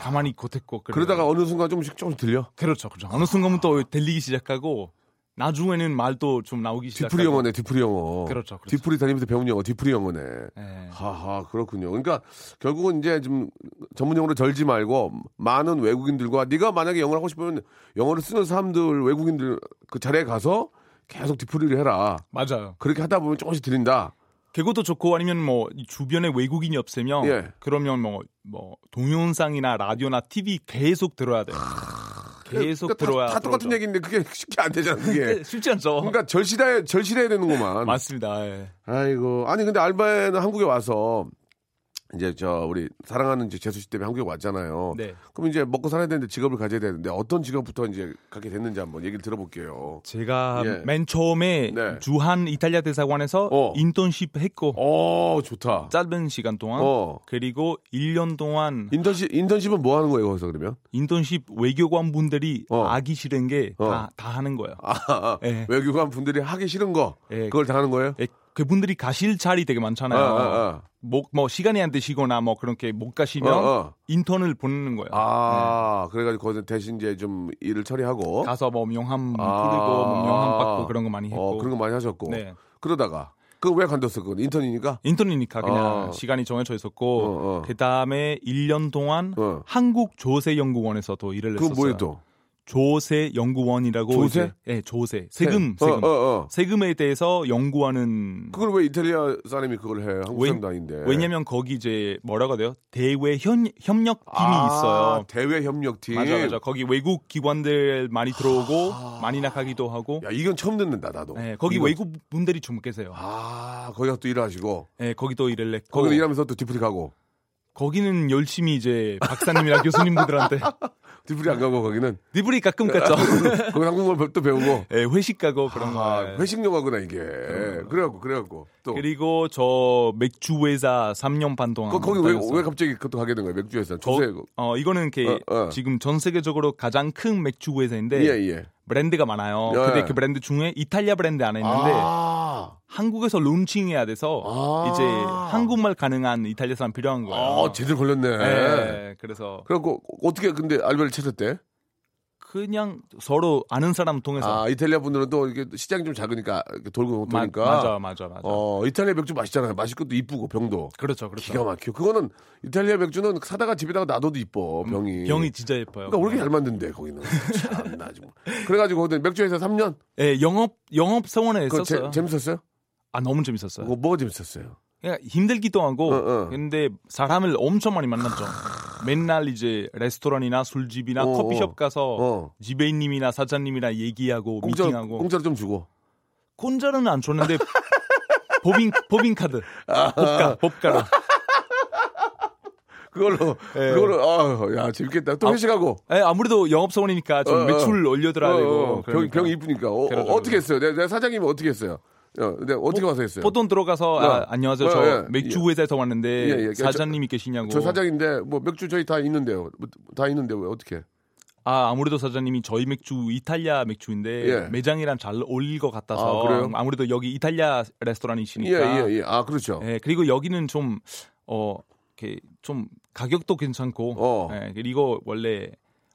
G: 가만히 있고 그래요.
C: 그러다가 아. 어느 순간 조금씩 조금 들려
G: 그렇죠, 그렇죠. 어느 순간부터 들리기 시작하고 나중에는 말도 좀 나오기 시작하고.
C: 뒤풀이 영어네 뒤풀이 영어
G: 그렇죠, 그렇죠.
C: 뒤풀이 다니면서 배운 영어 뒤풀이 영어네
G: 예.
C: 하하 그렇군요 그러니까 결국은 이제 좀 전문 용어로 절지 말고 많은 외국인들과 네가 만약에 영어를 하고 싶으면 영어를 쓰는 사람들 외국인들 그 자리에 가서 계속 뒤풀이를 해라
G: 맞아요.
C: 그렇게 하다 보면 조금씩 들린다.
G: 그것도 좋고 아니면 뭐이 주변에 외국인이 없으면
C: 예.
G: 그러면 뭐 뭐 동영상이나 라디오나 TV 계속 들어야 돼요.
C: 그러니까
G: 계속
C: 다-
G: 들어야
C: 다, 똑같은
G: 들어오죠.
C: 얘기인데 그게 쉽게 안 되잖아. 그게.
G: 쉽지 않죠.
C: 그러니까 절실해 절실해야 되는구만.
G: 맞습니다. 예.
C: 아이고 아니 근데 알바에는 한국에 와서 이제 저 우리 사랑하는 이제 재수 씨 때문에 한국에 왔잖아요.
G: 네.
C: 그럼 이제 먹고 살아야 되는데 직업을 가져야 되는데 어떤 직업부터 이제 갖게 됐는지 한번 얘기를 들어볼게요.
G: 제가
C: 예.
G: 맨 처음에
C: 네.
G: 주한 이탈리아 대사관에서
C: 어.
G: 인턴십 했고
C: 어 좋다.
G: 짧은 시간 동안
C: 어.
G: 그리고 1년 동안
C: 인턴십 인턴십은 뭐 하는 거예요 거기서 그러면?
G: 인턴십 외교관 분들이
C: 어.
G: 하기 싫은 게 다
C: 어.
G: 다 하는 거예요.
C: 아, 아,
G: 예.
C: 외교관 분들이 하기 싫은 거
G: 예.
C: 그걸 다 하는 거예요?
G: 예, 그분들이 가실 자리 되게 많잖아요.
C: 아, 아, 아.
G: 뭐, 뭐 시간이 안 되시거나 뭐 그렇게 못 가시면
C: 어, 어.
G: 인턴을 보내는 거예요.
C: 아 그래가지고 거기서 대신 이제 좀 일을 처리하고
G: 가서 뭐 명함
C: 아.
G: 부르고 뭐 명함 받고 그런 거 많이
C: 어,
G: 했고
C: 그런 거 많이 하셨고
G: 네.
C: 그러다가 그 왜 간뒀어 그건 인턴이니까
G: 인턴이니까 그냥
C: 아.
G: 시간이 정해져 있었고
C: 어, 어.
G: 그다음에 1년 동안
C: 어.
G: 한국 조세 연구원에서도 일을
C: 그건
G: 했었어요.
C: 뭐예요 또?
G: 조세 연구원이라고
C: 조세?
G: 이제- 예, 조세. 세금,
C: 어,
G: 세금.
C: 어, 어.
G: 세금에 대해서 연구하는
C: 그걸 왜 이탈리아 사람이 그걸 해? 한국
G: 왜-
C: 사람도 아닌데.
G: 왜냐면 거기 이제 뭐라고 돼요? 대외 현, 협력팀이
C: 아,
G: 있어요.
C: 대외 협력팀.
G: 맞아 맞아. 거기 외국 기관들 많이 들어오고 많이 나가기도 하고.
C: 야, 이건 처음 듣는다, 나도.
G: 예, 거기
C: 이건-
G: 외국 분들이 좀 계세요.
C: 아, 거기 가서 또 일하시고.
G: 예, 거기도 일을 했고.
C: 거기서 일하면서 또 디프리 가고.
G: 거기는 열심히 이제 박사님이나 교수님들한테
C: 디프리 안 가고 거기는.
G: 니브리 가끔 갔죠.
C: 거기 한국말 또 배우고.
G: 예, 회식 가고 그런
C: 아,
G: 거. 네.
C: 회식 영화구나, 이게. 그래갖고, 그래갖고. 또.
G: 그리고 저 맥주 회사 3년 반 동안
C: 거, 거기 왜,
G: 다녔어요.
C: 왜 갑자기 그것도 가게 된 거야, 맥주회사.
G: 거-
C: 조세.
G: 어, 이거는 이렇게
C: 어, 어.
G: 지금 전 세계적으로 가장 큰 맥주 회사인데
C: 예, 예.
G: 브랜드가 많아요.
C: 예.
G: 근데 그 브랜드 중에 이탈리아 브랜드 안에 있는데
C: 아,
G: 한국에서 론칭해야 돼서
C: 아.
G: 이제 한국말 가능한 이탈리아 사람 필요한 거예요.
C: 아, 제대로 걸렸네.
G: 예, 그래서
C: 그래갖고, 어떻게 근데 알바를 찾았대?
G: 그냥 서로 아는 사람 통해서
C: 아, 이탈리아 분들은 또 이게 시장이 좀 작으니까 이렇게 돌고
G: 마-
C: 도니까.
G: 맞아 맞아 맞아.
C: 그러니까. 어, 이탈리아 맥주 맛있잖아요. 맛있고 또 이쁘고 병도.
G: 그렇죠 그렇죠.
C: 기가 막혀. 그거는 이탈리아 맥주는 사다가 집에다가 놔둬도 이뻐 병이.
G: 음, 병이 진짜 예뻐요.
C: 그러니까 왜 이렇게 잘 만든대 거기는. 참나 지금. 그래가지고 거기 맥주회사 3년.
G: 예, 영업 영업 사원에
C: 그거 재-
G: 있었어요.
C: 재밌었어요?
G: 아 너무 재밌었어요.
C: 그거 뭐가 재밌었어요?
G: 그냥 힘들기도 하고
C: 어, 어.
G: 근데 사람을 엄청 많이 만났죠. 맨날 이제 레스토랑이나 술집이나
C: 어,
G: 커피숍
C: 어.
G: 가서
C: 어.
G: 지배인님이나 사장님이나 얘기하고
C: 공짜로
G: 미팅하고
C: 공짜로 좀 주고.
G: 콘자는 안 줬는데 법인 법인 카드
C: 아.
G: 법가 법가로
C: 그걸로 그걸로 아야 재밌겠다. 또 회식하고.
G: 예, 아무래도 영업사원이니까 좀
C: 어, 어.
G: 매출 올려드려야 되고
C: 어, 어, 병,
G: 그러니까.
C: 병이 이쁘니까. 어,
G: 그러니까.
C: 떻게 했어요? 내, 내 사장님이 어떻게 했어요? 어, 내가 어떻게 와서 했어요?
G: 보통 들어가서 아,
C: 어.
G: 안녕하세요
C: 어,
G: 저
C: 예.
G: 맥주
C: 예.
G: 회사에서 왔는데
C: 예, 예.
G: 사장님이 계시냐고
C: 저 사장인데 뭐 맥주 저희 다 있는데요. 뭐, 다 있는데 왜 어떻게?
G: 아 아무래도 사장님이 저희 맥주 이탈리아 맥주인데
C: 예.
G: 매장이랑 잘 어울릴 것 같아서
C: 아, 그래요?
G: 무래도 여기 이탈리아 레스토랑이시니까
C: 예예 예, 아 그렇죠.
G: 예, 그리고 여기는 좀어 이렇게 좀 가격도 괜찮고
C: 어.
G: 예, 그리고 원래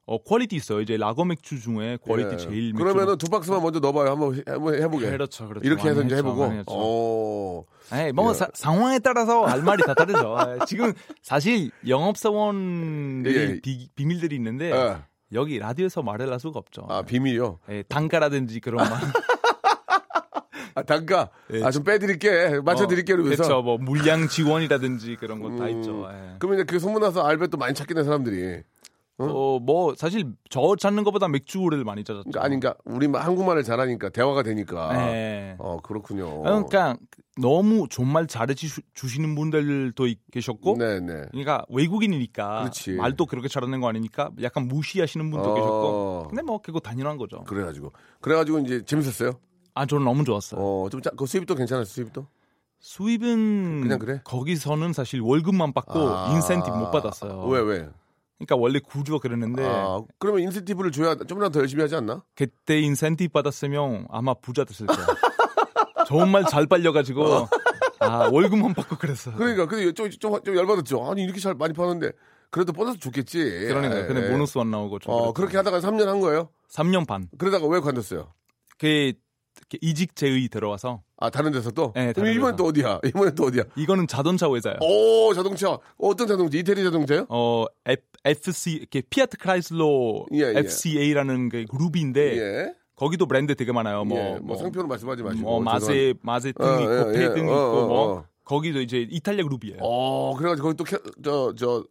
G: 어 퀄리티 있어요 이제 라거 맥주 중에 퀄리티
C: 예.
G: 제일 맥주
C: 그러면은 두 박스만 먼저 넣어봐요. 한번 해- 한번 해보게.
G: 그렇죠, 그렇죠.
C: 이렇게 해서
G: 많이
C: 이제
G: 했죠,
C: 해보고.
G: 많이 했죠.
C: 어.
G: 예, 뭐 사- 상황에 따라서 알 말이 다 다르죠 예, 지금 사실 영업사원들이
C: 예.
G: 비, 비밀들이 있는데
C: 예.
G: 여기 라디오에서 말을 할 수가 없죠
C: 아 비밀요.
G: 예, 단가라든지 그런 말
C: 아 단가.
G: 예.
C: 아 좀 빼드릴게. 맞춰드릴게. 그 위해서. 음.
G: 그렇죠. 뭐 물량 지원이라든지 그런 거 다 있죠. 예.
C: 그러면 이제 그 소문나서 알베 또 많이 찾긴 해 사람들이.
G: 어, 뭐 사실 저 찾는 것보다 맥주를 많이 찾았죠.
C: 그러니까 아닌가. 우리 마- 한국말을 잘하니까 대화가 되니까.
G: 예.
C: 어 그렇군요.
G: 그러니까 너무 정말 잘해 주- 주시는 분들도 있- 계셨고
C: 네네.
G: 그러니까 외국인이니까
C: 그렇지.
G: 말도 그렇게 잘하는 거 아니니까 약간 무시하시는 분도
C: 어.
G: 계셨고 근데 뭐 그거 당연한 거죠.
C: 그래가지고 그래가지고 이제 재밌었어요.
G: 아 저는 너무 좋았어요.
C: 어좀그 수입도 괜찮았어 수입도.
G: 수입은
C: 그냥 그래?
G: 거기서는 사실 월급만 받고
C: 아.
G: 인센티브 못 받았어요. 네.
C: 왜 왜?
G: 그러니까 원래 구조가 그랬는데
C: 아 그러면 인센티브를 줘야 좀이라도 더 열심히 하지 않나?
G: 그때 인센티브 받았으면 아마 부자 됐을 거야. 정말 잘 빨려가지고 아 월급만 받고 그랬어.
C: 그러니까 근데 좀, 좀, 좀 열받았죠. 아니 이렇게 잘 많이 파는데 그래도 보너스 좋겠지.
G: 그러니까
C: 예,
G: 근데
C: 예.
G: 보너스 안 나오고 좀
C: 어 그렇게 하다가 3년 한 거예요.
G: 3년 반.
C: 그러다가 왜 관뒀어요?
G: 그 이직 제의 들어와서
C: 아 다른 데서 또?
G: 네,
C: 그럼
G: 다른
C: 이번엔
G: 데서.
C: 또 어디야? 이번엔 또 어디야?
G: 이거는 자동차 회사야.
C: 오 자동차 어떤 자동차? 이태리 자동차요?
G: 어 F, FC 이렇게 피아트 크라이슬로
C: 예, 예.
G: FCA라는 그 그룹인데
C: 예.
G: 거기도 브랜드 되게 많아요. 뭐,
C: 예. 뭐 상표는 말씀하지 마시고. 죄송합니다.
G: 뭐 마세 마세 등
C: 어,
G: 있고
C: 예, 예.
G: 페등
C: 어,
G: 있고
C: 어,
G: 뭐
C: 어.
G: 거기도 이제 이탈리아 그룹이에요.
C: 어 그래가지고 거기 또저저 저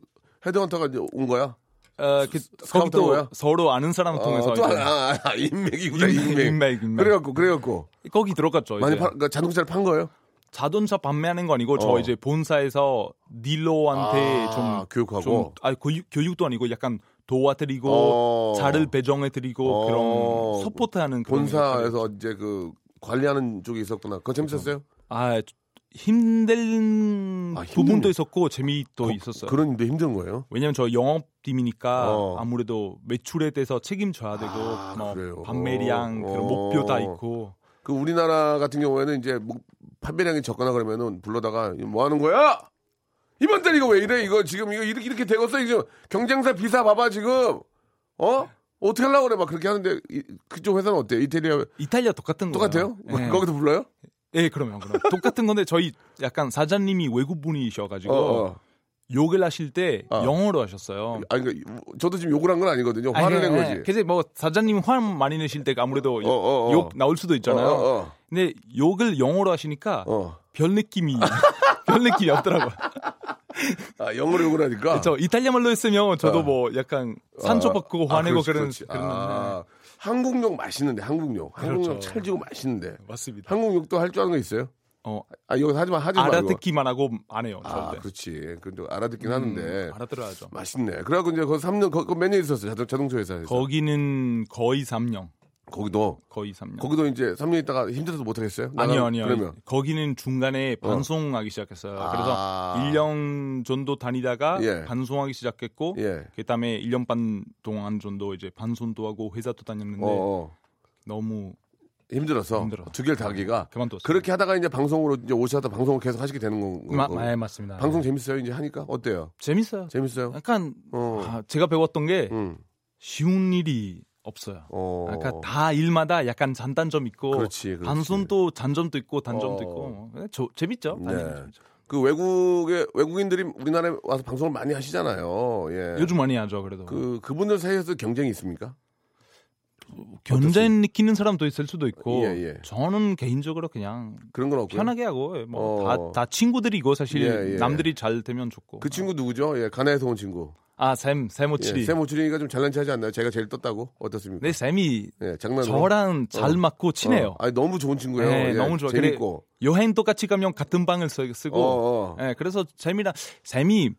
C: 헤드헌터가 이제 온 거야.
G: 어, 그,
C: 스카우트 거야?
G: 거기도 서로 아는 사람 을 통해서
C: 어, 또
G: 이제
C: 하나 아, 아, 인맥이구나 인맥.
G: 인맥, 인맥.
C: 그래갖고 그래갖고
G: 거기 들어갔죠.
C: 많이
G: 이제.
C: 파, 그러니까 자동차를 판 거예요.
G: 자동차 판매하는 거 아니고 저
C: 어.
G: 이제 본사에서 닐로한테
C: 아,
G: 좀
C: 교육하고?
G: 좀, 아니 교육, 교육도 아니고 약간 도와드리고
C: 어.
G: 자를 배정해드리고
C: 어.
G: 그런 서포트하는 그런 역할을-
C: 본사에서 이제 그 관리하는 쪽이 있었구나. 그거 재밌었어요?
G: 아 힘든
C: 아, 힘든-
G: 부분도 있었고 재미도 있었어요.
C: 그런 일도 힘든 거예요?
G: 왜냐면 저 영업팀이니까
C: 어.
G: 아무래도 매출에 대해서 책임져야 되고
C: 아, 그래요.
G: 뭐 판매량
C: 어.
G: 그런 목표 다 있고
C: 그 우리나라 같은 경우에는 이제 뭐 판매량이 적거나 그러면은 불러다가 뭐 하는 거야? 이번 달 이거 왜 이래? 이거 지금 이거 이렇게 이렇게 되겠어? 이제 경쟁사 비사 봐봐 지금 어? 어떻게 하려고 그래? 막 그렇게 하는데 이- 그쪽 회사는 어때요? 이태리아
G: 이탈리아 똑같은 거예요.
C: 똑같아요?
G: 예.
C: 거기도 불러요?
G: 예, 그러면 그럼 똑같은 건데 저희 약간 사장님이 외국분이셔가지고
C: 어, 어.
G: 욕을 하실 때
C: 어.
G: 영어로 하셨어요.
C: 아니 그러니까 저도 지금 욕을 한 건 아니거든요.
G: 아니,
C: 화를 낸
G: 예,
C: 거지.
G: 그래서 뭐 사장님 화 많이 내실 때가 아무래도
C: 어, 어.
G: 욕 나올 수도 있잖아요.
C: 어, 어,
G: 근데 욕을 영어로 하시니까
C: 어. 어.
G: 별 느낌이 별 느낌이 없더라고요.
C: 아, 영어로 욕을 하니까.
G: 저 이탈리아 말로 했으면 저도
C: 어.
G: 뭐 약간 상처받고
C: 아,
G: 화내고
C: 그렇지,
G: 그런
C: 그렇지.
G: 그런
C: 아, 한국 욕 맛있는데 한국 욕. 한국 욕 찰지고 맛있는데.
G: 네, 맞습니다.
C: 한국 욕도 할 줄 아는 거 있어요?
G: 어,
C: 아, 여기서 하지 마. 하지 마. 이거.
G: 알아듣기만 하고 안 해요.
C: 아,
G: 절대.
C: 그렇지. 근데 알아듣긴 하는데.
G: 알아들어야죠.
C: 맛있네. 그래갖고 이제 그 3년, 거, 몇년 있었어요? 자동, 자동차 회사에서.
G: 거기는 거의 3년.
C: 거기도.
G: 거의 3년.
C: 거기도 이제 3년 있다가 힘들어서 못하겠어요? 나가-
G: 아니요, 아니요.
C: 그러면. 어.
G: 거기는 중간에 방송하기 시작했어요.
C: 아.
G: 그래서 1년 정도 다니다가
C: 예.
G: 방송하기 시작했고,
C: 예.
G: 그다음에 1년 반 동안 정도 이제 방송도 하고 회사도 다녔는데
C: 어, 어.
G: 너무
C: 힘들어서.
G: 네. 힘들어.
C: 두 개를 다 하기가.
G: 아, 그만뒀어요.
C: 그렇게 하다가 이제 방송으로 이제 오셔서 방송을 계속 하시게 되는 건-
G: 마,
C: 거고.
G: 예, 맞습니다.
C: 방송 재밌어요? 이제 하니까? 어때요?
G: 재밌어요.
C: 재밌어요?
G: 약간
C: 어.
G: 아, 제가 배웠던 게
C: 음.
G: 쉬운 일이 없어요.
C: 어.
G: 그러니까 다 일마다 약간 장단점 있고
C: 그렇지, 그렇지.
G: 단순도 잔점도 있고 단점도
C: 어.
G: 있고 뭐. 근데 저, 재밌죠.
C: 네.
G: 당연히 재밌죠.
C: 그 외국에 외국인들이 우리나라에 와서 방송을 많이 하시잖아요. 예.
G: 요즘 많이 하죠. 그래도
C: 그 그분들 사이에서 경쟁이 있습니까?
G: 견제는 느끼는 사람도 있을 수도 있고
C: 예, 예.
G: 저는 개인적으로 그냥
C: 그런 건 없고요.
G: 편하게 하고 뭐
C: 어.
G: 다 다 친구들이고 사실
C: 예, 예.
G: 남들이 잘 되면 좋고
C: 그 친구 누구죠? 예, 가나에서 온 친구.
G: 아샘
C: 예,
G: 세모칠이
C: 세모출이가 좀 잘난 체하지 않나요? 제가 제일 떴다고 어떻습니까?
G: 네 샘이
C: 예, 장난으로.
G: 저랑 잘
C: 어.
G: 맞고 친해요.
C: 어, 아니 너무 좋은 친구예요.
G: 네,
C: 예,
G: 너무 좋아.
C: 재밌고.
G: 그래, 여행도 같이 가면 같은 방을 써- 쓰고.
C: 어, 어.
G: 예, 그래서 재미라 재미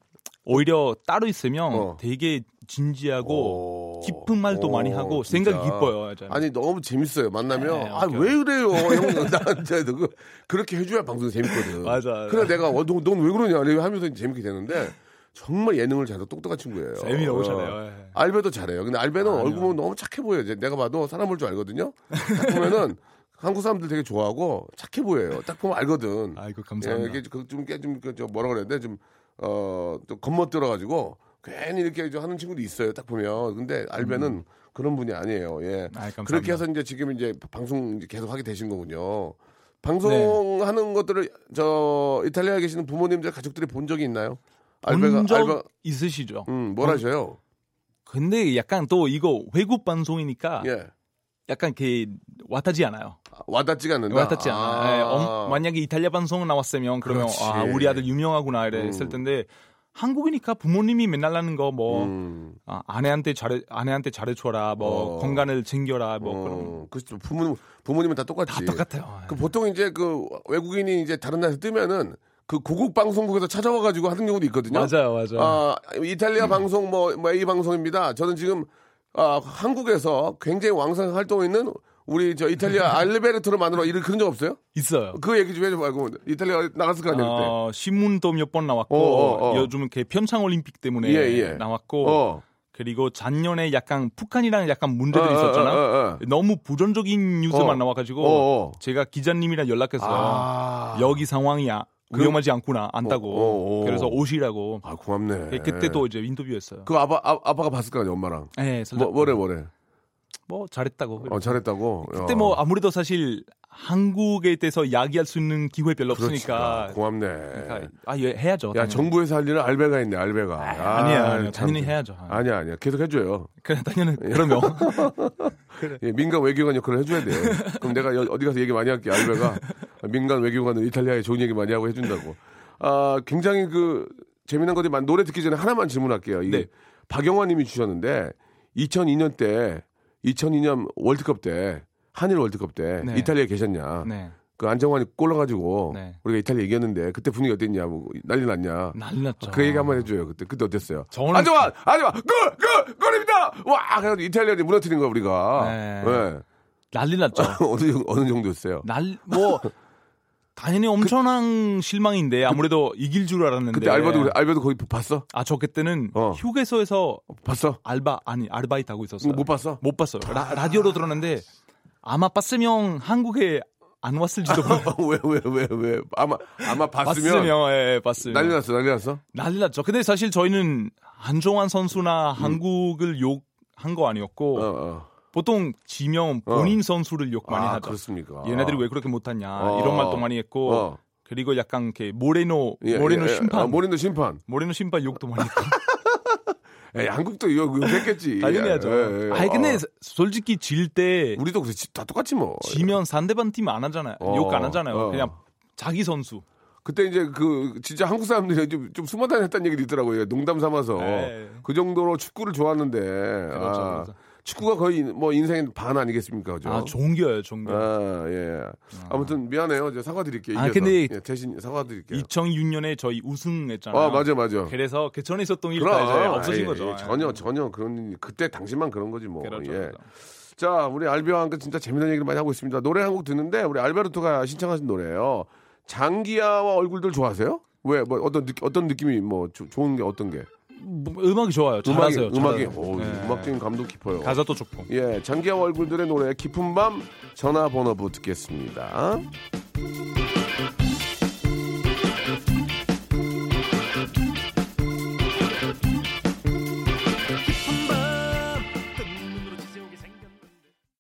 G: 오히려 따로 있으면
C: 어.
G: 되게 진지하고
C: 오.
G: 깊은 말도
C: 오,
G: 많이 하고
C: 어, 진짜.
G: 생각이 깊어요. 저는.
C: 아니 너무 재밌어요. 만나면
G: 네,
C: 아
G: 웃겨요.
C: 왜 그래요? 형 나한테도 그, 그렇게 해줘야 방송 재밌거든.
G: 맞아, 맞아.
C: 그래 내가 어, 넌왜 그러냐 하면서 재밌게 되는데 정말 예능을 잘해서 똑똑한 친구예요.
G: 재미 너무
C: 어.
G: 잘해요. 예.
C: 알베도 잘해요. 근데 알베는 얼굴 보면 너무 착해 보여요. 이제 내가 봐도 사람 볼 줄 알거든요. 딱 보면은 한국 사람들 되게 좋아하고 착해 보여요. 딱 보면 알거든.
G: 아이고
C: 예,
G: 감사합니다.
C: 이게 좀좀저 뭐라 그래야 돼? 좀어또 겁먹들어 가지고 괜히 이렇게 저 하는 친구도 있어요. 딱 보면. 근데 알베는 그런 분이 아니에요. 예.
G: 음. 아이, 감사합니다.
C: 그렇게 해서 이제 지금 이제 방송 이제 계속 하게 되신
G: 네.
C: 거군요. 방송하는 것들을 저 이탈리아에 계시는 부모님들 가족들이 본 적이 있나요? 알베가
G: 본적
C: 알바
G: 있으시죠?
C: 음, 뭘 하셔요?
G: 근데 약간 또 이거 외국 방송이니까
C: 예.
G: 약간 이렇게 와닿지 않아요.
C: 아, 와닿지가 않는다.
G: 와닿지 않아.
C: 아.
G: 예, 엄- 만약에 이탈리아 방송 나왔으면 그러면
C: 그렇지.
G: 아 우리 아들 유명하구나 이래
C: 음.
G: 했을 텐데 한국이니까 부모님이 맨날 하는 거뭐
C: 음,
G: 아, 아내한테 잘해 아내한테 잘해줘라 뭐
C: 어.
G: 건강을 챙겨라 뭐 그런
C: 어, 그렇죠. 부모님 부모님은 다 똑같지.
G: 다 똑같아요. 예.
C: 그 보통 이제 그 외국인이 이제 다른 나라에서 뜨면은 그 고국 방송국에서 찾아와 가지고 하는 경우도 있거든요.
G: 맞아요, 맞아요. 음.
C: 아, 이탈리아 방송 뭐, 뭐 A 방송입니다. 저는 지금 아, 한국에서 굉장히 왕성 활동 있는 우리 저 이탈리아 알베르토를 만나러 이런 그런 적 없어요?
G: 있어요.
C: 그 얘기 좀 해줘 말고 이탈리아 나갔을 거 아니에요 그때.
G: 어, 신문도 몇 번 나왔고
C: 어, 어, 어.
G: 요즘은 그 평창 올림픽 때문에
C: 예, 예.
G: 나왔고
C: 어.
G: 그리고 작년에 약간 북한이랑 약간 문제들이
C: 어, 어,
G: 있었잖아.
C: 어, 어, 어.
G: 너무 부정적인 뉴스만
C: 어.
G: 나와가지고
C: 어, 어.
G: 제가 기자님이랑 연락했어요.
C: 아.
G: 여기 상황이야 위험하지 않구나 안다고.
C: 그 어, 어, 어.
G: 그래서 오시라고.
C: 아 고맙네.
G: 그때도 이제 인터뷰했어요.
C: 그 아빠 아, 아빠가 봤을 거 아니에요 엄마랑.
G: 예,
C: 뭐,
G: 뭐,
C: 뭐래 뭐래.
G: 뭐 잘했다고.
C: 어, 잘했다고. 어,
G: 그때
C: 야.
G: 뭐 아무래도 사실 한국에 대해서 이야기할 수 있는 기회 별로
C: 그렇지.
G: 없으니까.
C: 아, 고맙네.
G: 그러니까 아, 예, 해야죠.
C: 야
G: 당연히.
C: 정부에서 할 일은 알베가 있네 알베가.
G: 아, 니야 아니야.
C: 참.
G: 당연히 해야죠.
C: 아니야 아니야 계속 해줘요.
G: 그래, 당연히 그러면
C: 예, 민간 외교관 역할을 해줘야 돼. 그럼 내가 여- 어디 가서 얘기 많이 할게 알베가 민간 외교관은 이탈리아에 좋은 얘기 많이 하고 해준다고. 아 굉장히 그 재미난 것들이 많. 노래 듣기 전에 하나만 질문할게요. 이게
G: 네.
C: 박영환님이 주셨는데 2002년 때 2002년 월드컵 때 한일 월드컵 때
G: 네.
C: 이탈리아에 계셨냐?
G: 네.
C: 그 안정환이 꼴라가지고
G: 네.
C: 우리가 이탈리아 이겼는데 그때 분위기 어땠냐 뭐 난리 났냐
G: 난리 났죠.
C: 그 얘기 한번 해줘요 그때 그때 어땠어요 아,
G: 저는-
C: 안정환 안정환 골골 골입니다 그, 와 그래서 이탈리아를 무너뜨린 거야 우리가
G: 네.
C: 네.
G: 난리 났죠.
C: 어느 정- 어느 정도였어요
G: 날 뭐 당연히 엄청난 실망인데 아무래도 이길 줄 알았는데
C: 그 그때 알바도 그래, 알바도 거기 봤어
G: 아저 그때는
C: 어.
G: 휴게소에서
C: 봤어
G: 알바 아니 아르바이트 하고 있었어요.
C: 못 봤어
G: 못 봤어요. 라, 라디오로 들었는데 아마 봤으면 한국에 안 왔을지도 몰라요.
C: 왜 왜 왜 왜 아마 아마 아, 봤으면,
G: 예, 예, 봤으면
C: 난리 났어 난리 났어
G: 난리 났죠. 근데 사실 저희는 한종환 선수나 한국을 욕한 거 아니었고
C: 음. 어, 어.
G: 보통 지명 본인 선수를 욕 많이
C: 아,
G: 하죠.
C: 그렇습니까
G: 어. 얘네들이 왜 그렇게 못하냐
C: 어.
G: 이런 말도 많이 했고
C: 어.
G: 그리고 약간 이렇게 모레노
C: 예,
G: 모레노
C: 예, 예.
G: 심판
C: 아, 모레노 심판
G: 모레노 심판 욕도 많이 했고
C: 에이, 한국도 이거 했겠지
G: 당연히 하죠.
C: 예, 예, 예.
G: 아니 근데
C: 어.
G: 솔직히 질 때
C: 우리도 그래 다 똑같지 뭐
G: 지면 상대방 팀 안 하잖아요.
C: 어.
G: 욕 안 하잖아요.
C: 어.
G: 그냥 자기 선수.
C: 그때 이제 그 진짜 한국 사람들이 좀, 좀 숨어다녔다는 얘기도 있더라고요. 농담 삼아서
G: 네.
C: 그 정도로 축구를 좋아하는데 아,
G: 그렇죠.
C: 축구가 거의 뭐 인생의 반 아니겠습니까, 그죠?
G: 아 종교예요 종교.
C: 아, 예. 아무튼 미안해요. 제가 사과드릴게요.
G: 아,
C: 이겨서.
G: 근데
C: 예, 대신 사과드릴게요.
G: 2006년에 저희 우승했잖아요.
C: 아, 맞아, 맞아.
G: 그래서 개천에 있었던 일
C: 그럼
G: 다 이제 없어진
C: 그러니까 아이, 예,
G: 거죠. 예.
C: 전혀 전혀 그런 그때 당시만 그런 거지 뭐.
G: 그렇죠,
C: 예.
G: 그렇죠.
C: 자, 우리 알비와 함께 진짜 재미난 얘기를 많이 하고 있습니다. 노래 한 곡 듣는데 우리 알베르토가 신청하신 노래예요. 장기야와 얼굴들 좋아하세요? 왜 뭐 어떤 느, 어떤 느낌이 뭐 조- 좋은 게 어떤 게?
G: 뭐, 음악이 좋아요.
C: 음악이
G: 잘하세요.
C: 음악이
G: 잘하세요.
C: 오,
G: 네.
C: 음악적인 감도 깊어요.
G: 가사도 좋고.
C: 예, 장기하와 얼굴들의 노래 깊은 밤 전화번호부 듣겠습니다.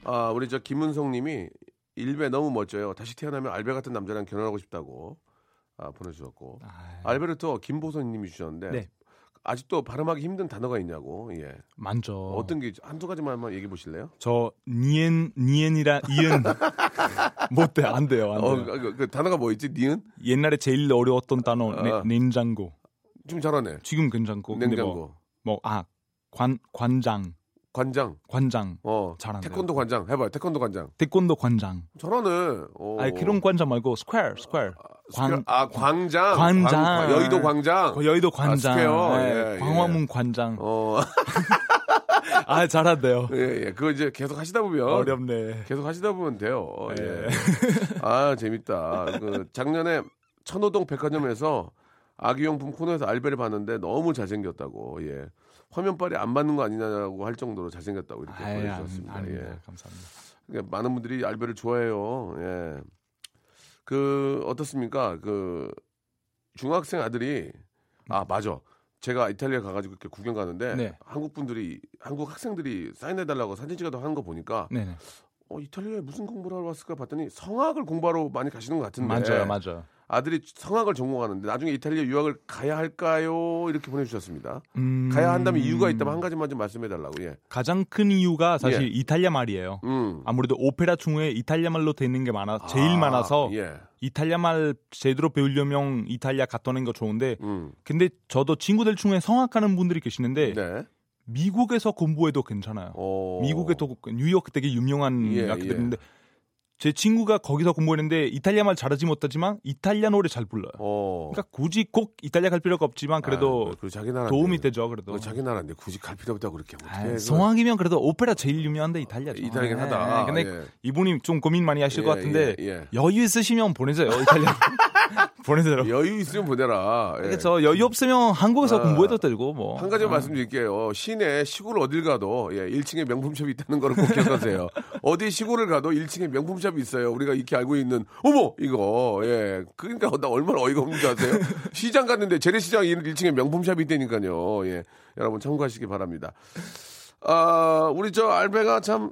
C: 아, 우리 저 김은성 님이 일베 너무 멋져요. 다시 태어나면 알베 같은 남자랑 결혼하고 싶다고 아, 예. 보내주셨고 알베르토 김보선 님이 주셨는데
G: 네.
C: 아직도 발음하기 힘든 단어가 있냐고 예.
G: 많죠.
C: 어떤 게 한두 가지만 한번 얘기해 보실래요?
G: 저 니엔 니엔이라 이은 못돼 안 돼요. 안 돼요.
C: 어, 그, 그 단어가 뭐 있지? 니은?
G: 옛날에 제일 어려웠던 단어 네-
C: 아.
G: 냉장고.
C: 좀 잘하네.
G: 지금 괜찮고 어, 근데 뭐
C: 냉장고.
G: 뭐뭐아관 관장
C: 관장.
G: 관장
C: 어.
G: 잘한대요.
C: 태권도 관장. 해봐요. 태권도 관장.
G: 태권도 관장.
C: 잘하네. 어.
G: 아니 그런 관장 말고 스퀘어 스퀘어.
C: 스퀘어-
G: 광
C: 아, 광장.
G: 관장.
C: 광- 여의도 광장. 아,
G: 어, 여의도 관장,
C: 스퀘어.
G: 예,
C: 예, 예.
G: 광화문 관장.
C: 어.
G: 아 잘한대요.
C: 예, 예. 그거 이제 계속 하시다 보면.
G: 어렵네.
C: 계속 하시다 보면 돼요. 어, 예.
G: 예.
C: 아, 재밌다. 그 작년에 천호동 백화점에서 아기용품 코너에서 알베를 봤는데 너무 잘생겼다고. 예. 화면빨이 안 맞는 거 아니냐고 할 정도로 잘생겼다고 이렇게
G: 아예 안,
C: 보내주셨습니다. 예.
G: 아닙니다. 감사합니다.
C: 그러니까 많은 분들이 알베를 좋아해요. 예. 그 어떻습니까? 그 중학생 아들이 아 맞아. 제가 이탈리아 가가지고 이렇게 구경 가는데
G: 네.
C: 한국 분들이 한국 학생들이 사인해달라고 사진 찍어도 하는 거 보니까
G: 네네
C: 어 이탈리아에 무슨 공부를 하러 왔을까 봤더니 성악을 공부하러 많이 가시는 것 같은데 예.
G: 맞아요 맞아요.
C: 들이 성악을 전공하는데 나중에 이탈리아 유학을 가야 할까요? 이렇게 보내주셨습니다.
G: 음,
C: 가야 한다면 이유가 있다면 한 가지만 좀 말씀해달라고 예.
G: 가장 큰 이유가 사실
C: 예.
G: 이탈리아 말이에요.
C: 음.
G: 아무래도 오페라 중에 이탈리아 말로 돼 있는 게 많아 제일
C: 아,
G: 많아서
C: 예.
G: 이탈리아 말 제대로 배우려면 이탈리아 갔다 오는 거 좋은데
C: 음.
G: 근데 저도 친구들 중에 성악하는 분들이 계시는데
C: 네.
G: 미국에서 공부해도 괜찮아요.
C: 어.
G: 미국에 또 뉴욕 되게 유명한
C: 예,
G: 악기들인데 제 친구가 거기서 공부했는데 이탈리아 말 잘하지 못하지만 이탈리아 노래 잘 불러요.
C: 어.
G: 그러니까 굳이 꼭 이탈리아 갈 필요가 없지만 그래도
C: 아유, 그 자기 나라
G: 도움이 되죠. 그래도
C: 그 자기 나라인데 굳이 갈 필요 없다고 그렇게
G: 아이,
C: 어떻게
G: 성악이면 그래도 오페라 제일 유명한데 이탈리아죠.
C: 이탈리아긴
G: 예,
C: 하다.
G: 예. 근데
C: 예.
G: 이분이 좀 고민 많이 하실 것
C: 예,
G: 같은데
C: 예, 예.
G: 여유 있으시면 보내세요. 이탈리아 보내세요.
C: 여유 있으면 보내라. 예.
G: 그렇죠. 여유 없으면 한국에서
C: 아,
G: 공부해도 되고 뭐.
C: 한 가지 말씀드릴게요. 시내 시골 어딜 가도 예, 1층에 명품숍이 있다는 걸 꼭 기억하세요. 어디 시골을 가도 1층에 명품숍이 있어요. 우리가 익히 알고 있는 어머 이거 예 그러니까 나 얼마나 어이가 없는지 아세요? 시장 갔는데 재래시장 1층에 명품숍이 있다니까요. 예 여러분 참고하시기 바랍니다. 아 우리 저 알베가 참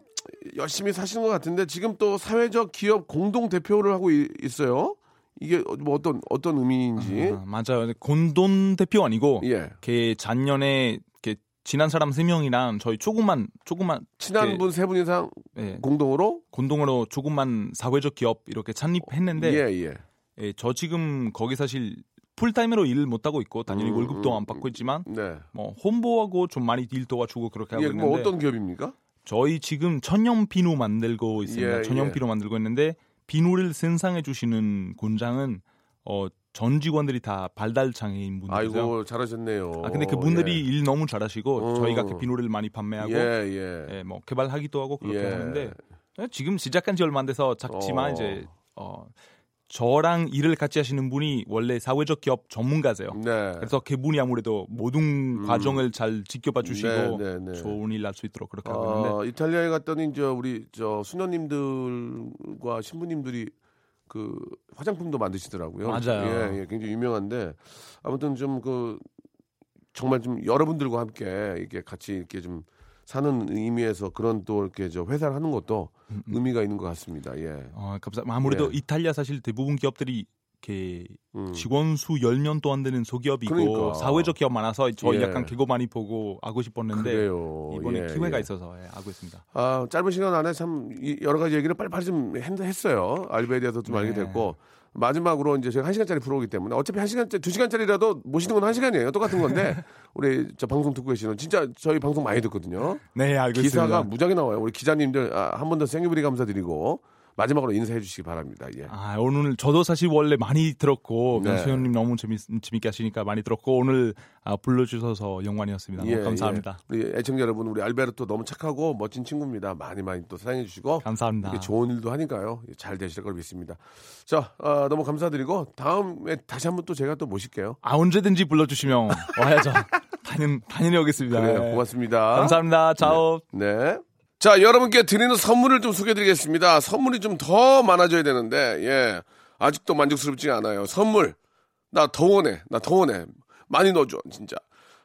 C: 열심히 사시는 것 같은데 지금 또 사회적 기업 공동 대표를 하고 이- 있어요. 이게 뭐 어떤 어떤 의미인지
G: 아, 맞아요. 곤돈 대표 아니고
C: 예
G: 걔 작년에 걔 지난 사람 세 명이랑 저희 조금만 조금만
C: 친한
G: 그-
C: 분 세 분 이상
G: 예,
C: 공동으로
G: 곤동으로 조금만 사회적 기업 이렇게
C: 예
G: 창립했는데
C: 예.
G: 예, 저 지금 거기 사실 풀타임으로 일을 못 하고 있고 당연히
C: 음,
G: 월급도
C: 음,
G: 안 받고 있지만
C: 네.
G: 뭐 홍보하고 좀 많이 일 도와주고 그렇게 하고
C: 예,
G: 있는데 음,
C: 뭐 어떤 기업입니까?
G: 저희 지금 천연 비누 만들고 있습니다.
C: 예,
G: 천연
C: 예.
G: 비누 만들고 있는데 비누를 생산해 주시는 공장은 어, 전 직원들이 다 발달 장애인 분들이세요.
C: 아이고 잘하셨네요.
G: 아 근데 그분들이
C: 예.
G: 일 너무 잘하시고
C: 음.
G: 저희가 그 비누를 많이 판매하고
C: 예,
G: 예.
C: 예.
G: 뭐 개발하기도 하고 그렇게
C: 예.
G: 하는데 예, 지금 시작한 지 얼마 안 돼서 작지만
C: 어.
G: 이제 어 저랑 일을 같이 하시는 분이 원래 사회적 기업 전문가세요.
C: 네.
G: 그래서 그분이 아무래도 모든 과정을 잘 지켜봐 주시고
C: 음. 네, 네, 네.
G: 좋은 일 날 수 있도록 그렇게 하고 있는데
C: 어, 이탈리아에 갔더니 이제 우리 저 수녀님들과 신부님들이 그 화장품도 만드시더라고요.
G: 맞아요.
C: 예, 예, 굉장히 유명한데 아무튼 좀 그 정말 좀 여러분들과 함께 이렇게 같이 이렇게 좀 사는 의미에서 그런 또 이렇게 저 회사를 하는 것도
G: 음,
C: 의미가 있는 것 같습니다. 예.
G: 어, 감사합니다. 아무래도
C: 예.
G: 이탈리아 사실 대부분 기업들이 이렇게
C: 음.
G: 직원 수 10명도 안 되는 소기업이고
C: 그러니까.
G: 사회적 기업 많아서 저희
C: 예.
G: 약간 개고 많이 보고 하고 싶었는데
C: 그래요.
G: 이번에
C: 예,
G: 기회가
C: 예.
G: 있어서 예, 하고 있습니다.
C: 아, 짧은 시간 안에 참 이- 여러 가지 얘기를 빨리빨리 좀 했- 했어요. 알베에 대해서 좀 알게
G: 네.
C: 됐고. 마지막으로 이제 제가 한 시간짜리 프로이기 때문에 어차피 한 시간짜리, 두 시간짜리라도 모시는 건 한 시간이에요. 똑같은 건데. 우리 저 방송 듣고 계시는 진짜 저희 방송 많이 듣거든요.
G: 네, 알고
C: 기사가
G: 있습니다.
C: 무작위 나와요. 우리 기자님들 아, 한 번 더 생일부리 감사드리고 마지막으로 인사해 주시기 바랍니다. 예.
G: 아, 오늘 저도 사실 원래 많이 들었고
C: 네.
G: 변수현 님 너무 재밌, 재밌게 하시니까 많이 들었고 오늘 아, 불러주셔서 영광이었습니다.
C: 예,
G: 너무 감사합니다.
C: 예. 우리 애청자 여러분, 우리 알베르토 너무 착하고 멋진 친구입니다. 많이 많이 또 사랑해 주시고
G: 감사합니다.
C: 이렇게 좋은 일도 하니까요. 예, 잘 되실 걸 믿습니다. 자, 아, 너무 감사드리고 다음에 다시 한번 또 제가 또 모실게요.
G: 아, 언제든지 불러주시면 와야죠. 당연, 당연히 오겠습니다.
C: 그래요.
G: 예.
C: 네, 고맙습니다.
G: 감사합니다. 자오.
C: 네. 자, 여러분께 드리는 선물을 좀 소개해 드리겠습니다. 선물이 좀 더 많아져야 되는데, 예. 아직도 만족스럽지 않아요. 선물. 나 더 원해. 나 더 원해. 많이 넣어줘, 진짜.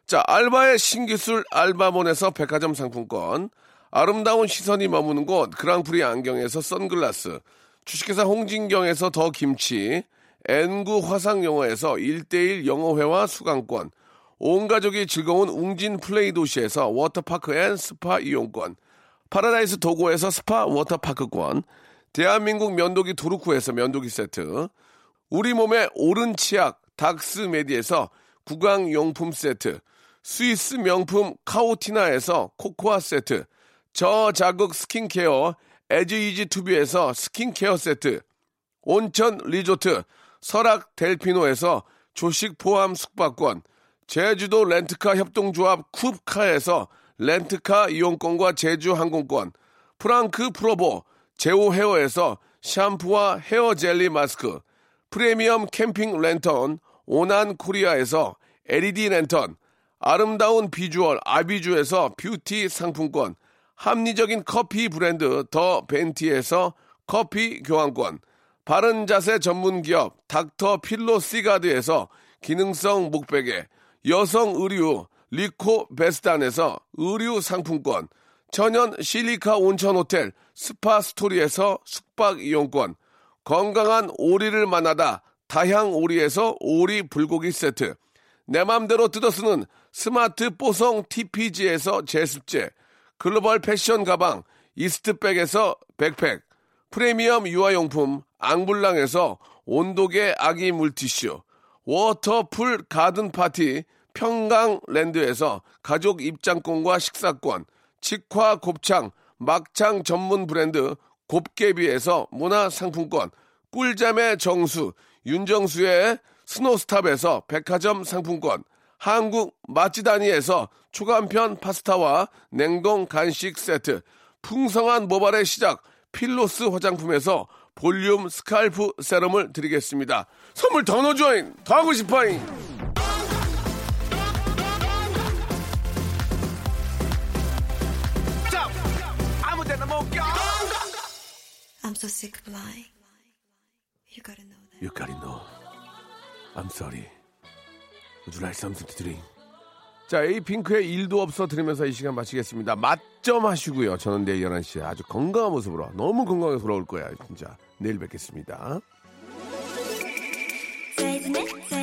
C: 자, 알바의 신기술 알바몬에서 백화점 상품권. 아름다운 시선이 머무는 곳, 그랑프리 안경에서 선글라스. 주식회사 홍진경에서 더 김치. N구 화상영어에서 1대1 영어회화 수강권. 온 가족이 즐거운 웅진 플레이 도시에서 워터파크 앤 스파 이용권, 파라다이스 도고에서 스파 워터파크권, 대한민국 면도기 도루쿠에서 면도기 세트, 우리 몸의 오른 치약 닥스메디에서 구강용품 세트, 스위스 명품 카오티나에서 코코아 세트, 저자극 스킨케어 에즈이지 투비에서 스킨케어 세트, 온천 리조트 설악 델피노에서 조식 포함 숙박권 제주도 렌트카 협동조합 쿱카에서 렌트카 이용권과 제주 항공권 프랑크 프로보 제오 헤어에서 샴푸와 헤어 젤리 마스크 프리미엄 캠핑 랜턴 오난 코리아에서 LED 랜턴 아름다운 비주얼 아비주에서 뷰티 상품권 합리적인 커피 브랜드 더 벤티에서 커피 교환권 바른 자세 전문 기업 닥터 필로 시가드에서 기능성 목베개 여성 의류 리코 베스단에서 의류 상품권 천연 실리카 온천 호텔 스파 스토리에서 숙박 이용권 건강한 오리를 만나다 다향 오리에서 오리 불고기 세트 내 맘대로 뜯어쓰는 스마트 뽀송 TPG에서 제습제 글로벌 패션 가방 이스트백에서 백팩 프리미엄 유아용품 앙블랑에서 온도계 아기 물티슈 워터풀 가든 파티 평강랜드에서 가족 입장권과 식사권 직화 곱창 막창 전문 브랜드 곱개비에서 문화상품권 꿀잠의 정수 윤정수의 스노스탑에서 백화점 상품권 한국 맛지다니에서 초간편 파스타와 냉동 간식 세트, 풍성한 모발의 시작, 필로스 화장품에서 볼륨 스칼프 세럼을 드리겠습니다. 선물 더 넣어줘잉! 더 하고 싶어잉!
H: I'm so sick of lying. You gotta know that.
C: You gotta know. I'm sorry. Would you like something to drink? 자, 이 핑크의 일도 없어 들으면서 이 시간 마치겠습니다. 맛점 하시고요. 저는 내일 11시에 아주 건강한 모습으로 너무 건강하게 돌아올 거야, 진짜. 내일 뵙겠습니다.
H: Say the name, say